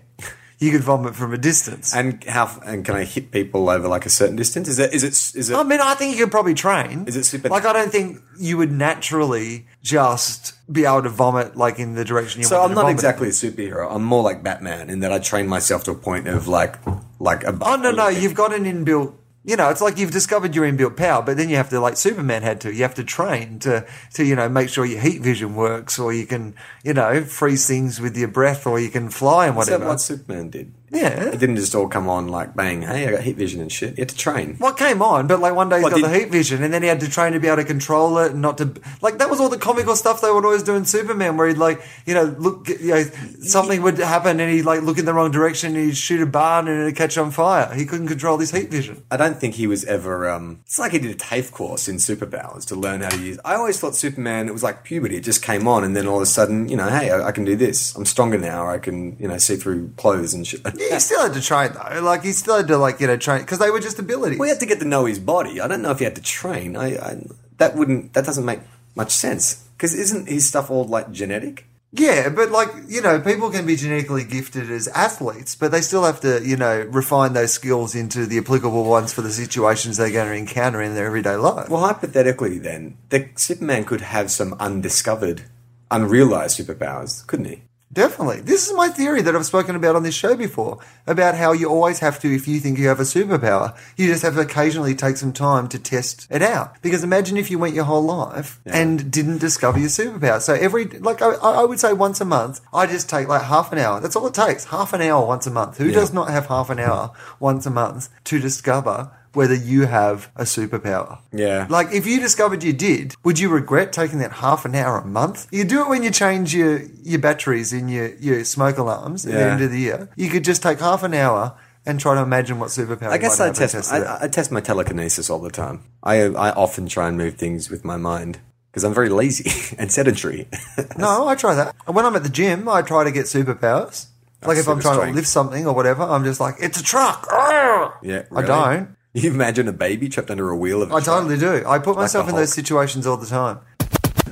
S2: You could vomit from a distance.
S1: And how f- and can I hit people over like a certain distance? Is it is it is it?
S2: I mean, I think you could probably train.
S1: Is it super-
S2: Like, I don't think you would naturally just be able to vomit like in the direction you.
S1: so
S2: wanted
S1: I'm
S2: to
S1: not
S2: vomit.
S1: exactly a superhero. I'm more like Batman in that I train myself to a point of like like a.
S2: Oh no, no, you've got an inbuilt. You know, it's like you've discovered your inbuilt power, but then you have to, like Superman had to, you have to train to, to you know, make sure your heat vision works, or you can, you know, freeze things with your breath, or you can fly and
S1: Except
S2: whatever.
S1: what Superman did.
S2: Yeah.
S1: it didn't just all come on like bang. Hey, I got heat vision and shit. You had to train.
S2: What came on, but like one day he
S1: What,
S2: got
S1: did-
S2: the heat vision, and then he had to train to be able to control it and not to like that was all the comical stuff they would always do in Superman, where he'd like you know look you know something would happen and he'd like look in the wrong direction and he'd shoot a barn and it'd catch on fire. He couldn't control his heat vision.
S1: I don't think he was ever. Um, it's like he did a TAFE course in superpowers to learn how to use. I always thought Superman. It was like puberty. It just came on, and then all of a sudden, you know, hey, I, I can do this. I'm stronger now. I can, you know, see through clothes and shit.
S2: He still had to train though, like he still had to like you know train because they were just abilities.
S1: We had to get to know his body. I don't know if he had to train. I, I that wouldn't that doesn't make much sense because isn't his stuff all like genetic?
S2: Yeah, but like, you know, people can be genetically gifted as athletes, but they still have to, you know, refine those skills into the applicable ones for the situations they're going to encounter in their everyday life.
S1: Well, hypothetically, then the Superman could have some undiscovered, unrealized superpowers, couldn't he?
S2: Definitely. This is my theory that I've spoken about on this show before about how you always have to, if you think you have a superpower, you just have to occasionally take some time to test it out. Because imagine if you went your whole life and didn't discover your superpower. So every, like, I, I would say once a month, I just take like half an hour. That's all it takes. Half an hour once a month. Who does not have half an hour once a month to discover whether you have a superpower?
S1: Yeah.
S2: Like, if you discovered you did, would you regret taking that half an hour a month? You do it when you change your, your batteries in your, your smoke alarms at the
S1: Yeah.
S2: end of the year. You could just take half an hour and try to imagine what superpower.
S1: I
S2: you
S1: guess
S2: might
S1: I
S2: have and
S1: test.
S2: it out.
S1: I, I test my telekinesis all the time. I I often try and move things with my mind because I'm very lazy and sedentary.
S2: no, I try that. When I'm at the gym, I try to get superpowers. Like if
S1: super
S2: I'm trying to
S1: strength.
S2: lift something or whatever, I'm just like, it's a truck. Arrgh!
S1: yeah,
S2: I don't.
S1: You imagine a baby trapped under a wheel of. a
S2: I
S1: truck?
S2: totally do. I put myself
S1: a
S2: in those
S1: Hulk.
S2: situations all the time.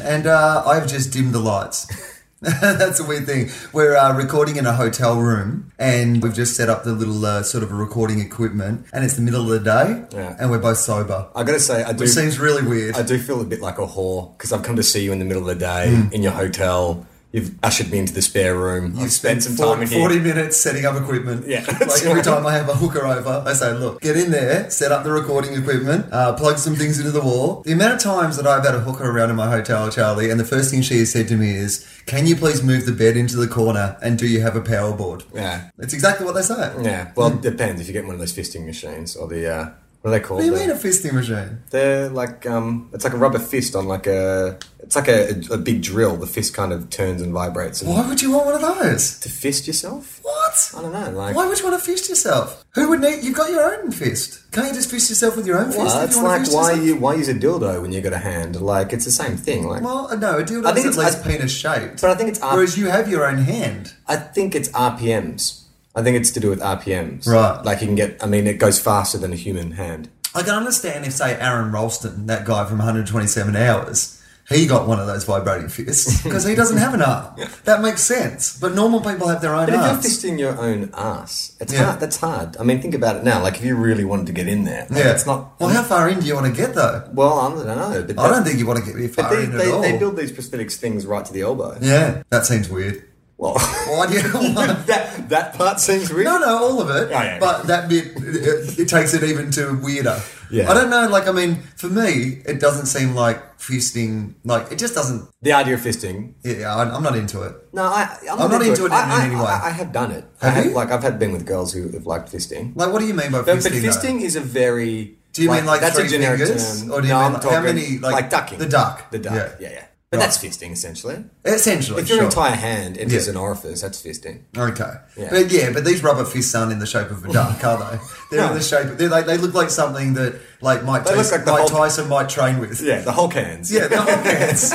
S2: And uh, I've just dimmed the lights.
S5: That's a weird thing. We're uh, recording in a hotel room, and we've just set up the little uh, sort of recording equipment, and it's the middle of the day,
S4: Yeah.
S5: and we're both sober.
S4: I gotta say, I do.
S5: Which seems really weird.
S4: I do feel a bit like a whore because I've come to see you in the middle of the day
S2: Hmm.
S4: in your hotel. You've ushered me into the spare room. You've spent some
S5: for-
S4: time in
S5: 40
S4: here.
S5: minutes setting up equipment.
S4: Yeah.
S5: like every time I have a hooker over, I say, look, get in there, set up the recording equipment, uh, plug some things into the wall. The amount of times that I've had a hooker around in my hotel, Charlie, and the first thing she has said to me is, can you please move the bed into the corner and do you have a power board?
S4: Yeah.
S5: That's exactly what they say.
S2: Hmm.
S4: Yeah. Well, it depends if you get one of those fisting machines or the uh,
S6: What are they called?
S2: What do you
S6: They're-
S2: mean a fisting machine?
S6: They're like um, it's like a rubber fist on like a it's like a, a big drill. The fist kind of turns and vibrates. And
S2: Why would you want one of those?
S6: To fist yourself?
S2: What?
S6: I don't know. Like
S2: Why would you want to fist yourself? Who would need? You've got your own fist. Can't you just fist yourself with your own fist?
S6: Well,
S2: if
S6: it's
S2: you wanna
S6: like
S2: fist
S6: why
S2: yourself?
S6: you why use a dildo when you got a hand? Like it's the same thing. Like
S2: Well, uh, no, a dildo
S6: I think
S2: is at
S6: it's-
S2: least penis shaped.
S6: but I think it's up-
S2: whereas you have your own hand.
S6: I think it's RPMs. I think it's to do with RPMs.
S2: Right.
S6: Like you can get. I mean, it goes faster than a human hand.
S2: I can understand if, say, Aaron Ralston, that guy from 127 Hours, he got one of those vibrating fists because he doesn't have an arm. That makes sense. But normal people have their own
S6: But if
S2: arms.
S6: you're fisting your own ass, it's
S2: Yeah.
S6: hard. That's hard. I mean, think about it now. Like if you really wanted to get in there, like,
S2: yeah,
S6: it's not.
S2: Well, how far in do you want to get though?
S6: Well, I don't know. But
S2: I
S6: that-
S2: don't think you want to get very
S6: But
S2: far
S6: they,
S2: in
S6: they,
S2: at all.
S6: they build these prosthetics things right to the elbow.
S2: yeah, that seems weird.
S6: Well,
S2: Why do you? Why?
S6: that, that part seems weird.
S2: No, no, all of it.
S6: Oh, yeah.
S2: But that bit, it, it takes it even to weirder.
S6: Yeah.
S2: I don't know. Like, I mean, for me, it doesn't seem like fisting. Like, it just doesn't.
S6: The idea of fisting.
S2: Yeah, I- I'm not into it.
S6: No, I, I'm,
S2: I'm not into it in
S6: I, I-
S2: any way.
S6: I, I have done it. I
S2: Have
S6: have,
S2: you?
S6: Like I've had been with girls who have liked fisting.
S2: Like, what do you mean by
S6: But, but
S2: fisting? though?
S6: fisting is a very.
S2: Do you mean like
S6: that's
S2: three
S6: a generic
S2: fingers?
S6: term?
S2: Or do you
S6: no,
S2: mean
S6: I'm
S2: like- how
S6: talking
S2: many, like,
S6: ducking?
S2: the duck?
S6: The duck.
S2: Yeah.
S6: Yeah, yeah. But
S2: Right.
S6: that's fisting essentially.
S2: Essentially,
S6: If your
S2: sure.
S6: entire hand enters
S2: Yeah.
S6: an orifice, that's fisting.
S2: Okay,
S6: Yeah.
S2: but yeah, but these rubber fists aren't in the shape of a duck, are they? They're in the shape. They're like, they look like something that like Mike,
S6: They look
S2: Tyson,
S6: like the
S2: Mike
S6: whole-
S2: Tyson might train with.
S6: Yeah, the whole cans.
S2: Yeah, the whole hands.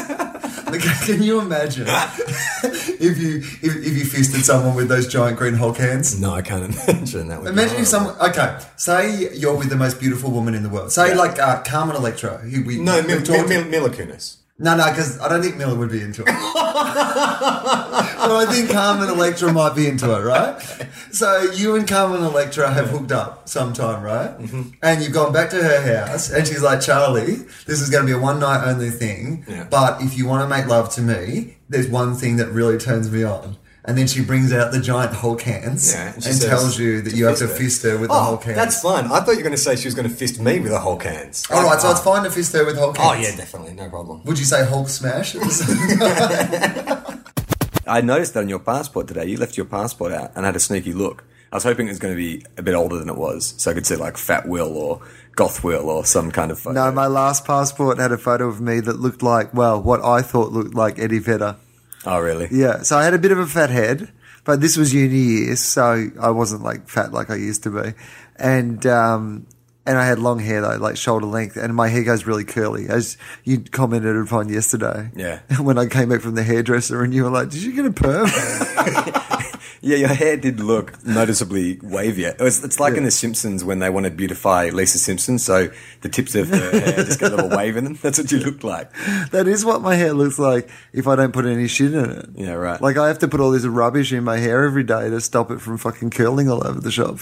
S2: Like, Can you imagine if you if, if you fisted someone with those giant green Hulk hands?
S6: No, I can't imagine that. Would be horrible.
S2: Imagine if someone. Okay, say you're with the most beautiful woman in the world. Say like uh, Carmen Electra. Who we
S6: No, Mil-
S2: we've talked-
S6: Mil- Mil- Mila Kunis.
S2: No, no, because I don't think Miller would be into it. but I think Carmen Electra might be into it, right? So you and Carmen Electra have hooked up sometime, right?
S6: Mm-hmm.
S2: And you've gone back to her house, and she's like, Charlie, this is going to be a one night only thing.
S6: Yeah.
S2: But if you want to make love to me, there's one thing that really turns me on. And then she brings out the giant Hulk hands
S6: Yeah,
S2: and,
S6: she says
S2: tells you that
S6: to
S2: you have
S6: fist
S2: to
S6: her.
S2: fist her with the
S6: Oh,
S2: Hulk hands.
S6: that's fine. I thought you were going to say she was going to fist me with a Hulk hands.
S2: All right, so it's fine to fist her with Hulk
S6: Ah. Oh
S2: hands.
S6: yeah, definitely, no problem.
S2: Would you say Hulk smash?
S1: I noticed that on your passport today. You left your passport out and had a sneaky look. I was hoping it was going to be a bit older than it was, so I could see like Fat Will or Goth Will or some kind of.
S7: No, my last passport had a photo of me that looked like, well, what I thought looked like Eddie Vedder.
S1: Oh, really?
S7: Yeah, so I had a bit of a fat head, but this was uni years, so I wasn't like fat like I used to be, and um, and I had long hair though, like shoulder length, and my hair goes really curly, as you commented upon yesterday.
S1: Yeah.
S7: when I came back from the hairdresser, and you were like, "Did you get a perm?"
S1: Yeah, your hair did look noticeably wavier. It was, it's like
S7: Yeah.
S1: in The Simpsons when they want to beautify Lisa Simpson, so the tips of her hair just get a little wave in them. That's what you looked like.
S7: that is what my hair looks like if I don't put any shit in it.
S1: Yeah, right.
S7: Like I have to put all this rubbish in my hair every day to stop it from fucking curling all over the shop.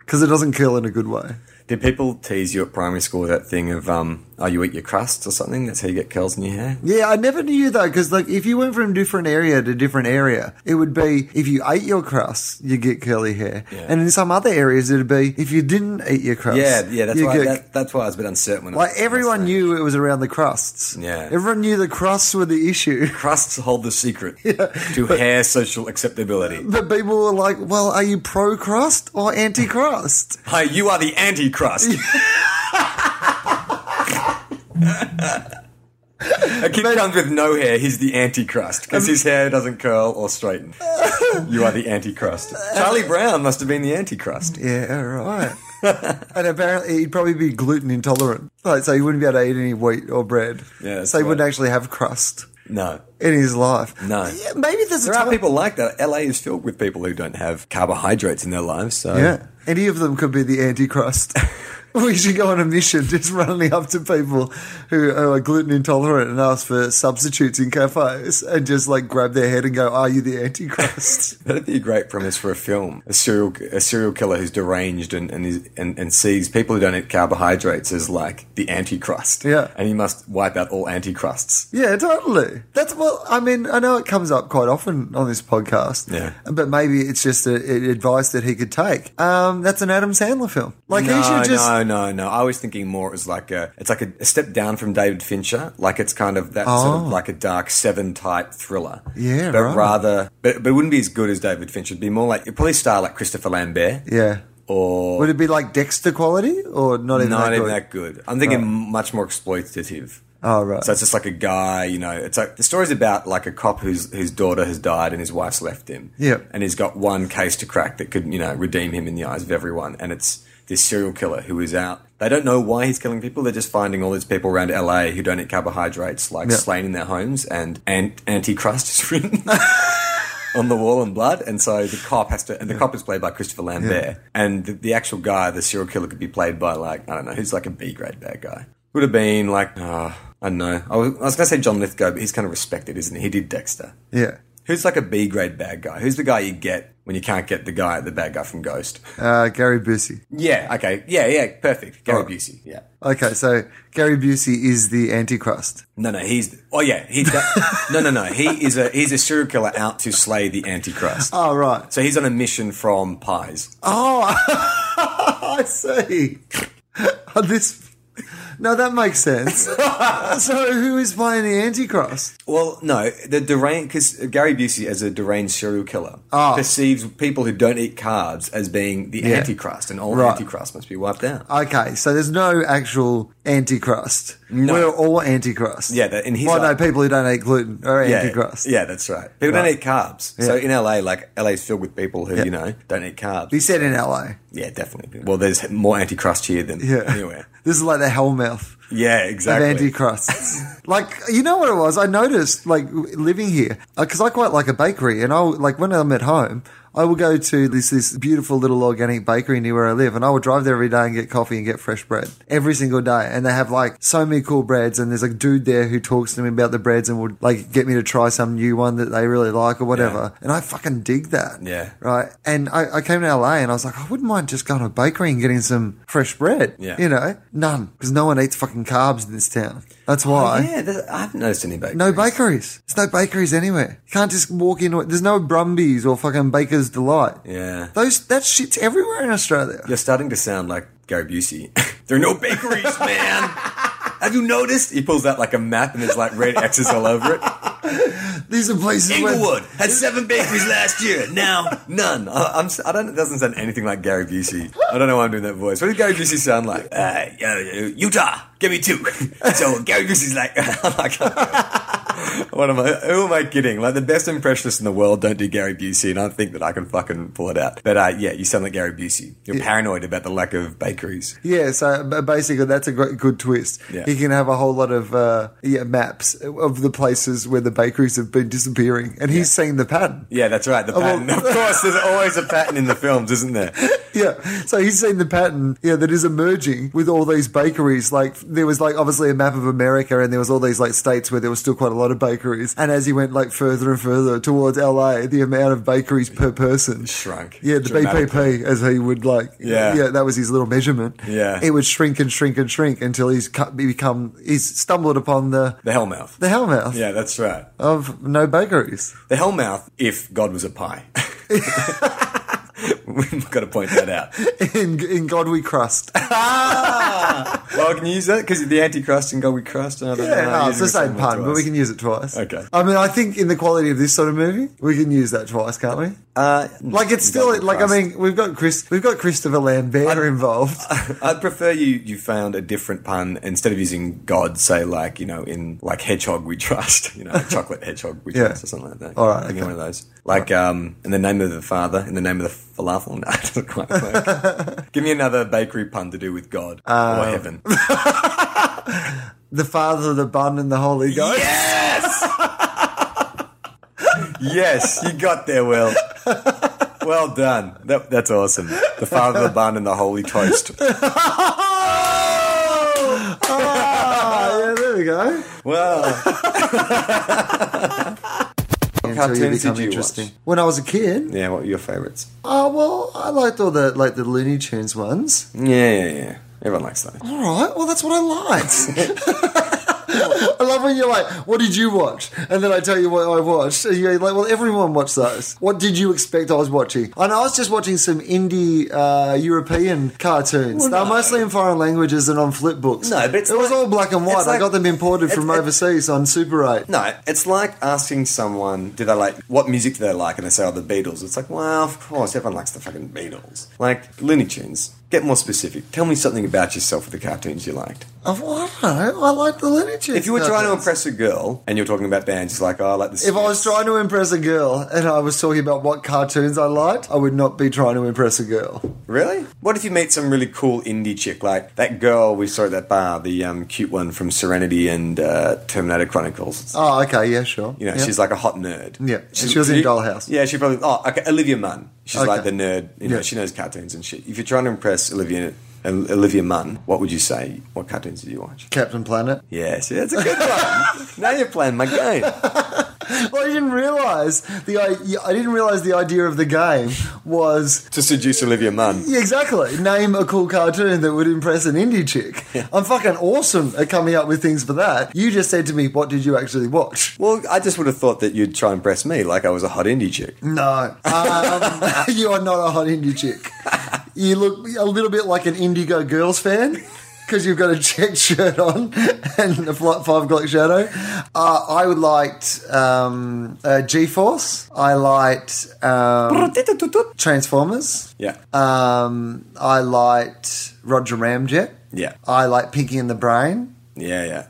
S7: Because it doesn't curl in a good way.
S1: Did people tease you at primary school with that thing of, um, oh, you eat your crust or something? That's how you get curls in your hair?
S7: Yeah, I never knew though, because like if you went from different area to different area, it would be if you ate your crust, you get curly hair,
S1: Yeah.
S7: and in some other areas it'd be if you didn't eat your crust.
S1: Yeah, yeah, that's
S7: you
S1: why,
S7: get-
S1: that, that's why I was a bit uncertain when I
S7: like
S1: was-
S7: everyone
S1: that's right.
S7: knew it was around the crusts.
S1: Yeah.
S7: everyone knew the crusts were the issue.
S1: Crusts hold the secret to hair social acceptability.
S7: But people were like, "Well, are you pro crust or anti crust?"
S1: Hi, you are the anti crust. A kid comes with no hair, he's the anti crust because his hair doesn't curl or straighten. you are the anti crust. Charlie Brown must have been the anti crust.
S7: Yeah, right. and apparently, he'd probably be gluten intolerant, like so he wouldn't be able to eat any wheat or bread.
S1: Yeah, that's
S7: so he
S1: right.
S7: wouldn't actually have crust
S1: No.
S7: in his life.
S1: No.
S7: yeah, maybe there's a
S1: There are
S7: time-
S1: people like that. LA is filled with people who don't have carbohydrates in their lives, so.
S7: Yeah. Any of them could be the antichrist. we should go on a mission just running up to people who are gluten intolerant and ask for substitutes in cafes and just like grab their head and go, Are you the antichrist?
S1: That'd be a great premise for a film. A serial, a serial killer who's deranged and and, is, and and sees people who don't eat carbohydrates as like the antichrist.
S7: Yeah.
S1: and he must wipe out all antichrists.
S7: yeah, totally. That's well, I mean, I know it comes up quite often on this podcast.
S1: Yeah.
S7: But maybe it's just a, a- advice that he could take. Um, that's an Adam Sandler film. Like, he should just.
S1: no, no, no. I was thinking more. It was like a, it's like a, a step down from David Fincher. Like it's kind of that sort
S7: Oh.
S1: of like a dark seven type thriller.
S7: Yeah,
S1: but
S7: right.
S1: rather, but, but it wouldn't be as good as David Fincher. It'd be more like it'd probably star like Christopher Lambert.
S7: Yeah.
S1: or
S2: Would it be like Dexter quality or not even
S1: not
S2: that
S1: even
S2: good?
S1: that good. I'm thinking
S7: Oh.
S1: much more exploitative.
S2: Oh, right.
S1: So it's just like a guy, you know. It's like the story's about like a cop whose whose daughter has died and his wife's left him.
S2: Yeah.
S1: And he's got one case to crack that could you know redeem him in the eyes of everyone. And it's this serial killer who is out. They don't know why he's killing people. They're just finding all these people around LA who don't eat carbohydrates, like
S2: Yeah.
S1: slain in their homes, and and antichrist is written. on the wall in blood, and so the cop has to, and the cop is played by Christopher Lambert, and the, the actual guy, the serial killer, could be played by like I don't know, who's like a B grade bad guy. Would have been like ah, I don't know. I was, I was gonna say John Lithgow, but he's kind of respected, isn't he? He did Dexter.
S2: Yeah.
S1: Who's like a B grade bad guy? Who's the guy you get when you can't get the guy, the bad guy from Ghost?
S2: Uh, Gary Busey.
S1: Yeah. Okay. Yeah. Yeah. Perfect. Gary
S2: Oh.
S1: Busey. Yeah.
S2: Okay, so Gary Busey is the Antichrist.
S1: No, no, he's oh yeah, he's that, no, no, no. He is a he's a serial killer out to slay the Antichrist.
S7: Ah,
S2: Oh, right.
S1: So he's on a mission from Pies.
S2: Oh, I see. this. No, that makes sense. so who is playing the Antichrist?
S1: Well, no, the deranged because Gary Busey as a deranged serial killer perceives people who don't eat carbs as being the
S2: Oh. Yeah.
S1: antichrist, and all
S2: Right. Oh,
S1: antichrist must be wiped out.
S2: Okay, so there's no actual Antichrist. We're all Antichrist.
S1: Yeah, that- in his
S2: well, no,
S1: eye-
S2: people who don't eat gluten are
S1: yeah,
S2: Antichrist.
S1: yeah, that's right. People
S2: Right.
S1: don't eat carbs, so in LA, like LA's filled with people who you know don't eat carbs.
S2: He said in LA.
S1: yeah, definitely. Well, there's more antichrist here than
S2: Yeah.
S1: anywhere.
S2: This is like the hellmouth.
S1: Yeah, exactly.
S2: of antichrists. like you know what it was? I noticed like w- living here because I quite like a bakery, and I will like when I'm at home, I will go to this this beautiful little organic bakery near where I live, and I will drive there every day and get coffee and get fresh bread every single day. And they have like so many cool breads, and there's a dude there who talks to me about the breads and would like get me to try some new one that they really like or whatever. And I fucking dig that.
S1: Yeah.
S2: Right. And I, I came to LA and I was like, I wouldn't mind just going to a bakery and getting some fresh bread.
S1: Yeah.
S2: You know know, none, because no one eats fucking carbs in this town. That's why.
S1: Oh, yeah, there's- I haven't noticed any bakeries.
S2: No bakeries. There's no bakeries anywhere. You can't just walk in. There's no Brumbies or fucking Baker's Delight.
S1: Yeah.
S2: Those that shit's everywhere in Australia.
S1: You're starting to sound like Gary Busey. there are no bakeries, man. Have you noticed? He pulls out like a map and there's like red X's all over it.
S2: These are places
S1: Inglewood
S2: where
S1: had seven bakeries last year. Now none. I, I'm, si don't. It doesn't sound anything like Gary Busey. I don't know why I'm doing that voice. What does Gary Busey sound like? Uh, yeah, Utah, give me two. so Gary Busey's like, I can't do it. What am I? Who am I kidding? Like the best impressionists in the world don't do Gary Busey, and I think that I can fucking pull it out. But uh, yeah, you sound like Gary Busey. You're paranoid about the lack of bakeries.
S2: Yeah, so b- basically that's a great, good twist.
S1: Yeah.
S2: He can have a whole lot of uh, yeah, maps of the places where the bakeries have been disappearing, and he's seen the pattern.
S1: Yeah, that's right. The
S2: well-
S1: pattern. of course, there's always a pattern in the films, isn't there?
S2: Yeah, so he's seen the pattern, yeah, that is emerging with all these bakeries. Like there was like obviously a map of America, and there was all these like states where there was still quite a lot of bakeries. And as he went like further and further towards LA, the amount of bakeries per person
S1: Shrunk
S2: Yeah, the
S1: dramatically.
S2: BPP, as he would like.
S1: Yeah.
S2: yeah, that was his little measurement.
S1: Yeah.
S2: it would shrink and shrink and shrink until he's cu- become he's stumbled upon the
S1: The Hellmouth.
S2: the hellmouth
S1: Yeah, that's right.
S2: of no bakeries.
S1: The Hellmouth, if God was a pie. We've got to point that out.
S2: In, in God we crust.
S1: Well, can you use that? Because the Antichrist and God we crust. and I don't know,
S2: Ah. Yeah,
S1: I'm
S2: no, it's
S1: using
S2: the same
S1: one
S2: pun, but
S1: twice.
S2: we can use it twice.
S1: Okay.
S2: I mean, I think in the quality of this sort of movie, we can use that twice, can't we?
S1: Uh,
S2: Like, it's still
S1: God we
S2: like I
S1: crust.
S2: mean, we've got Chris, we've got Christopher Lambert involved.
S1: I'd prefer you you found a different pun instead of using God. Say like you know in like hedgehog we trust. You know, like chocolate hedgehog we
S2: Yeah.
S1: trust or something like that.
S2: All right,
S1: Give me
S2: okay.
S1: one of those. Like um, in the name of the Father, in the name of the falafel. No, it doesn't quite work. Give me another bakery pun to do with God
S2: Um,
S1: or heaven.
S2: the Father, the Bun, and the Holy Ghost.
S1: Yes! yes, you got there, Will. Well done. That, that's awesome. The Father, the Bun, and the Holy Toast.
S2: Ah, yeah, there we go.
S1: Well,
S2: Until
S1: cartoons did you watch?
S2: When I was a kid,
S1: yeah. What were your favourites?
S2: oh well, I liked all the like the Looney Tunes ones.
S1: Yeah, yeah, yeah. Everyone likes those.
S2: All right, well that's what I liked. I love when you're like, "What did you watch?" And then I tell you what I watched, and you're like, "Well, everyone watched those. What did you expect I was watching?" And I was just watching some indie uh, European cartoons. They're mostly in foreign languages and on flip books.
S1: No, but it's
S2: it was
S1: like-
S2: all black and white.
S1: it's like-
S2: I got them imported
S1: it's-
S2: from
S1: it-
S2: overseas on Super Eight.
S1: No, it's like asking someone, do they like what music do they like? And they say, oh, the Beatles. It's like, well, of course, everyone likes the fucking Beatles. Like Looney Tunes. Get more specific. Tell me something about yourself with the cartoons you liked.
S2: Oh, well, I don't know. I like the Looney Tunes
S1: If you were trying to
S2: cartoons.
S1: impress a girl and you're talking about bands, it's like, oh, I like this.
S2: If I was trying to impress a girl and I was talking about what cartoons I liked, I would not be trying to impress a girl.
S1: Really? What if you meet some really cool indie chick, like that girl we saw at that bar, the um, cute one from Serenity and uh, Terminator Chronicles? It's-
S2: Oh, okay, yeah, sure.
S1: You know,
S2: Yeah.
S1: she's like a hot nerd.
S2: Yeah, she was in Dollhouse.
S1: Yeah, she probably. Oh, okay, Olivia Munn. She's
S2: Okay.
S1: like the nerd. You know,
S2: Yeah.
S1: she knows cartoons and shit. If you're trying to impress Olivia, Ol- Olivia Munn, what would you say? What cartoons did you watch?
S2: Captain Planet.
S1: Yes, yeah, it's a good one. now you're playing my game.
S2: Well, I didn't realize the I, I didn't realize the idea of the game was
S1: to seduce Olivia Munn.
S2: yeah, exactly name a cool cartoon that would impress an indie chick. I'm fucking awesome at coming up with things for that. You just said to me, "What did you actually watch?"
S1: Well, I just would have thought that you'd try and impress me, like I was a hot indie chick.
S2: No, um, you are not a hot indie chick. You look a little bit like an Indigo Girls fan because you've got a check shirt on and a fl- five o'clock shadow. Uh, I would liked um, uh, G Force. I liked um, Transformers.
S1: Yeah.
S2: Um, I liked Roger Ramjet.
S1: Yeah.
S2: I like Pinky and the Brain.
S1: Yeah, yeah.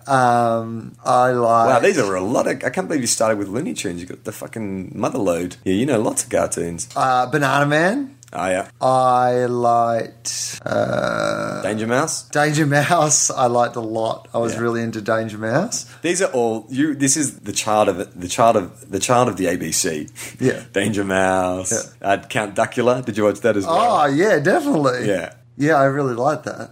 S2: Um, I like.
S1: wow, these are a lot of. I can't believe you started with Looney Tunes. You got the fucking mother load. Yeah, you know lots of cartoons.
S2: uh, Banana Man.
S1: oh, yeah.
S2: I liked. Uh,
S1: Danger Mouse.
S2: Danger Mouse, I liked a lot. I was
S1: Yeah.
S2: really into Danger Mouse.
S1: These are all you. This is the child of the child of the child of the ABC.
S2: Yeah.
S1: Danger Mouse.
S2: Yeah.
S1: Uh, Count Duckula. Did you watch that as
S2: Oh
S1: well?
S2: yeah, definitely.
S1: Yeah.
S2: yeah, I really liked that.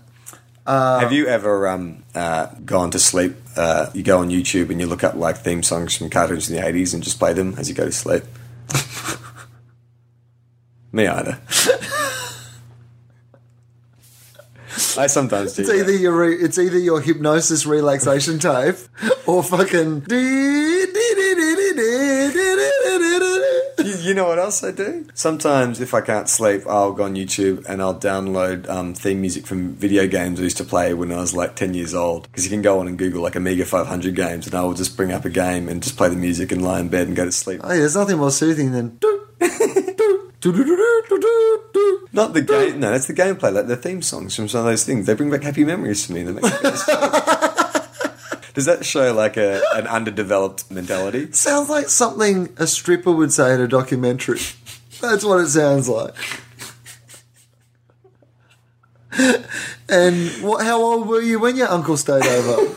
S1: Have you ever um, uh, gone to sleep? Uh, you go on YouTube and you look up like theme songs from cartoons in the eighties and just play them as you go to sleep. Me either. I sometimes do.
S2: It's
S1: that.
S2: either your re- it's either your hypnosis relaxation tape or fucking.
S1: You, you know what else I do? Sometimes if I can't sleep, I'll go on YouTube and I'll download um, theme music from video games I used to play when I was like 10 years old. Because you can go on and Google like Amiga 500 games and I will just bring up a game and just play the music and lie in bed and go to sleep.
S2: Oh, yeah, there's nothing more soothing than.
S1: Not the game, no, that's the gameplay, like the theme songs from some of those things. They bring back happy memories to me. They make me go to sleep. Does that show like a, an underdeveloped mentality?
S2: Sounds like something a stripper would say in a documentary. That's what it sounds like. and what, how old were you when your uncle stayed over?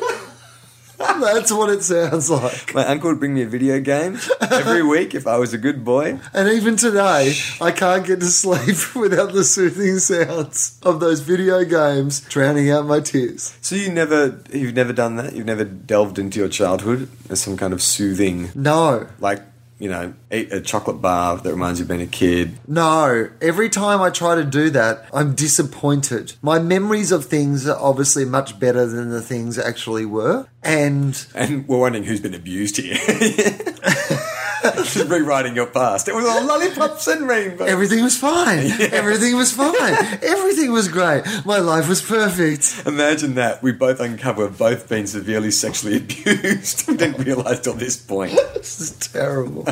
S2: That's what it sounds like.
S1: My uncle would bring me a video game every week if I was a good boy.
S2: And even today, I can't get to sleep without the soothing sounds of those video games drowning out my tears.
S1: So you never, you've never done that. You've never delved into your childhood as some kind of soothing,
S2: No,
S1: like you know, eat a chocolate bar that reminds you of being a kid.
S2: No, every time I try to do that, I'm disappointed. My memories of things are obviously much better than the things actually were. And
S1: And we're wondering who's been abused here. Just rewriting your past. It was all lollipops and rainbows.
S2: everything was fine. Everything was fine. everything was great. My life was perfect.
S1: Imagine that. We both uncover we've both been severely sexually abused. we didn't realise till this point.
S2: This is terrible.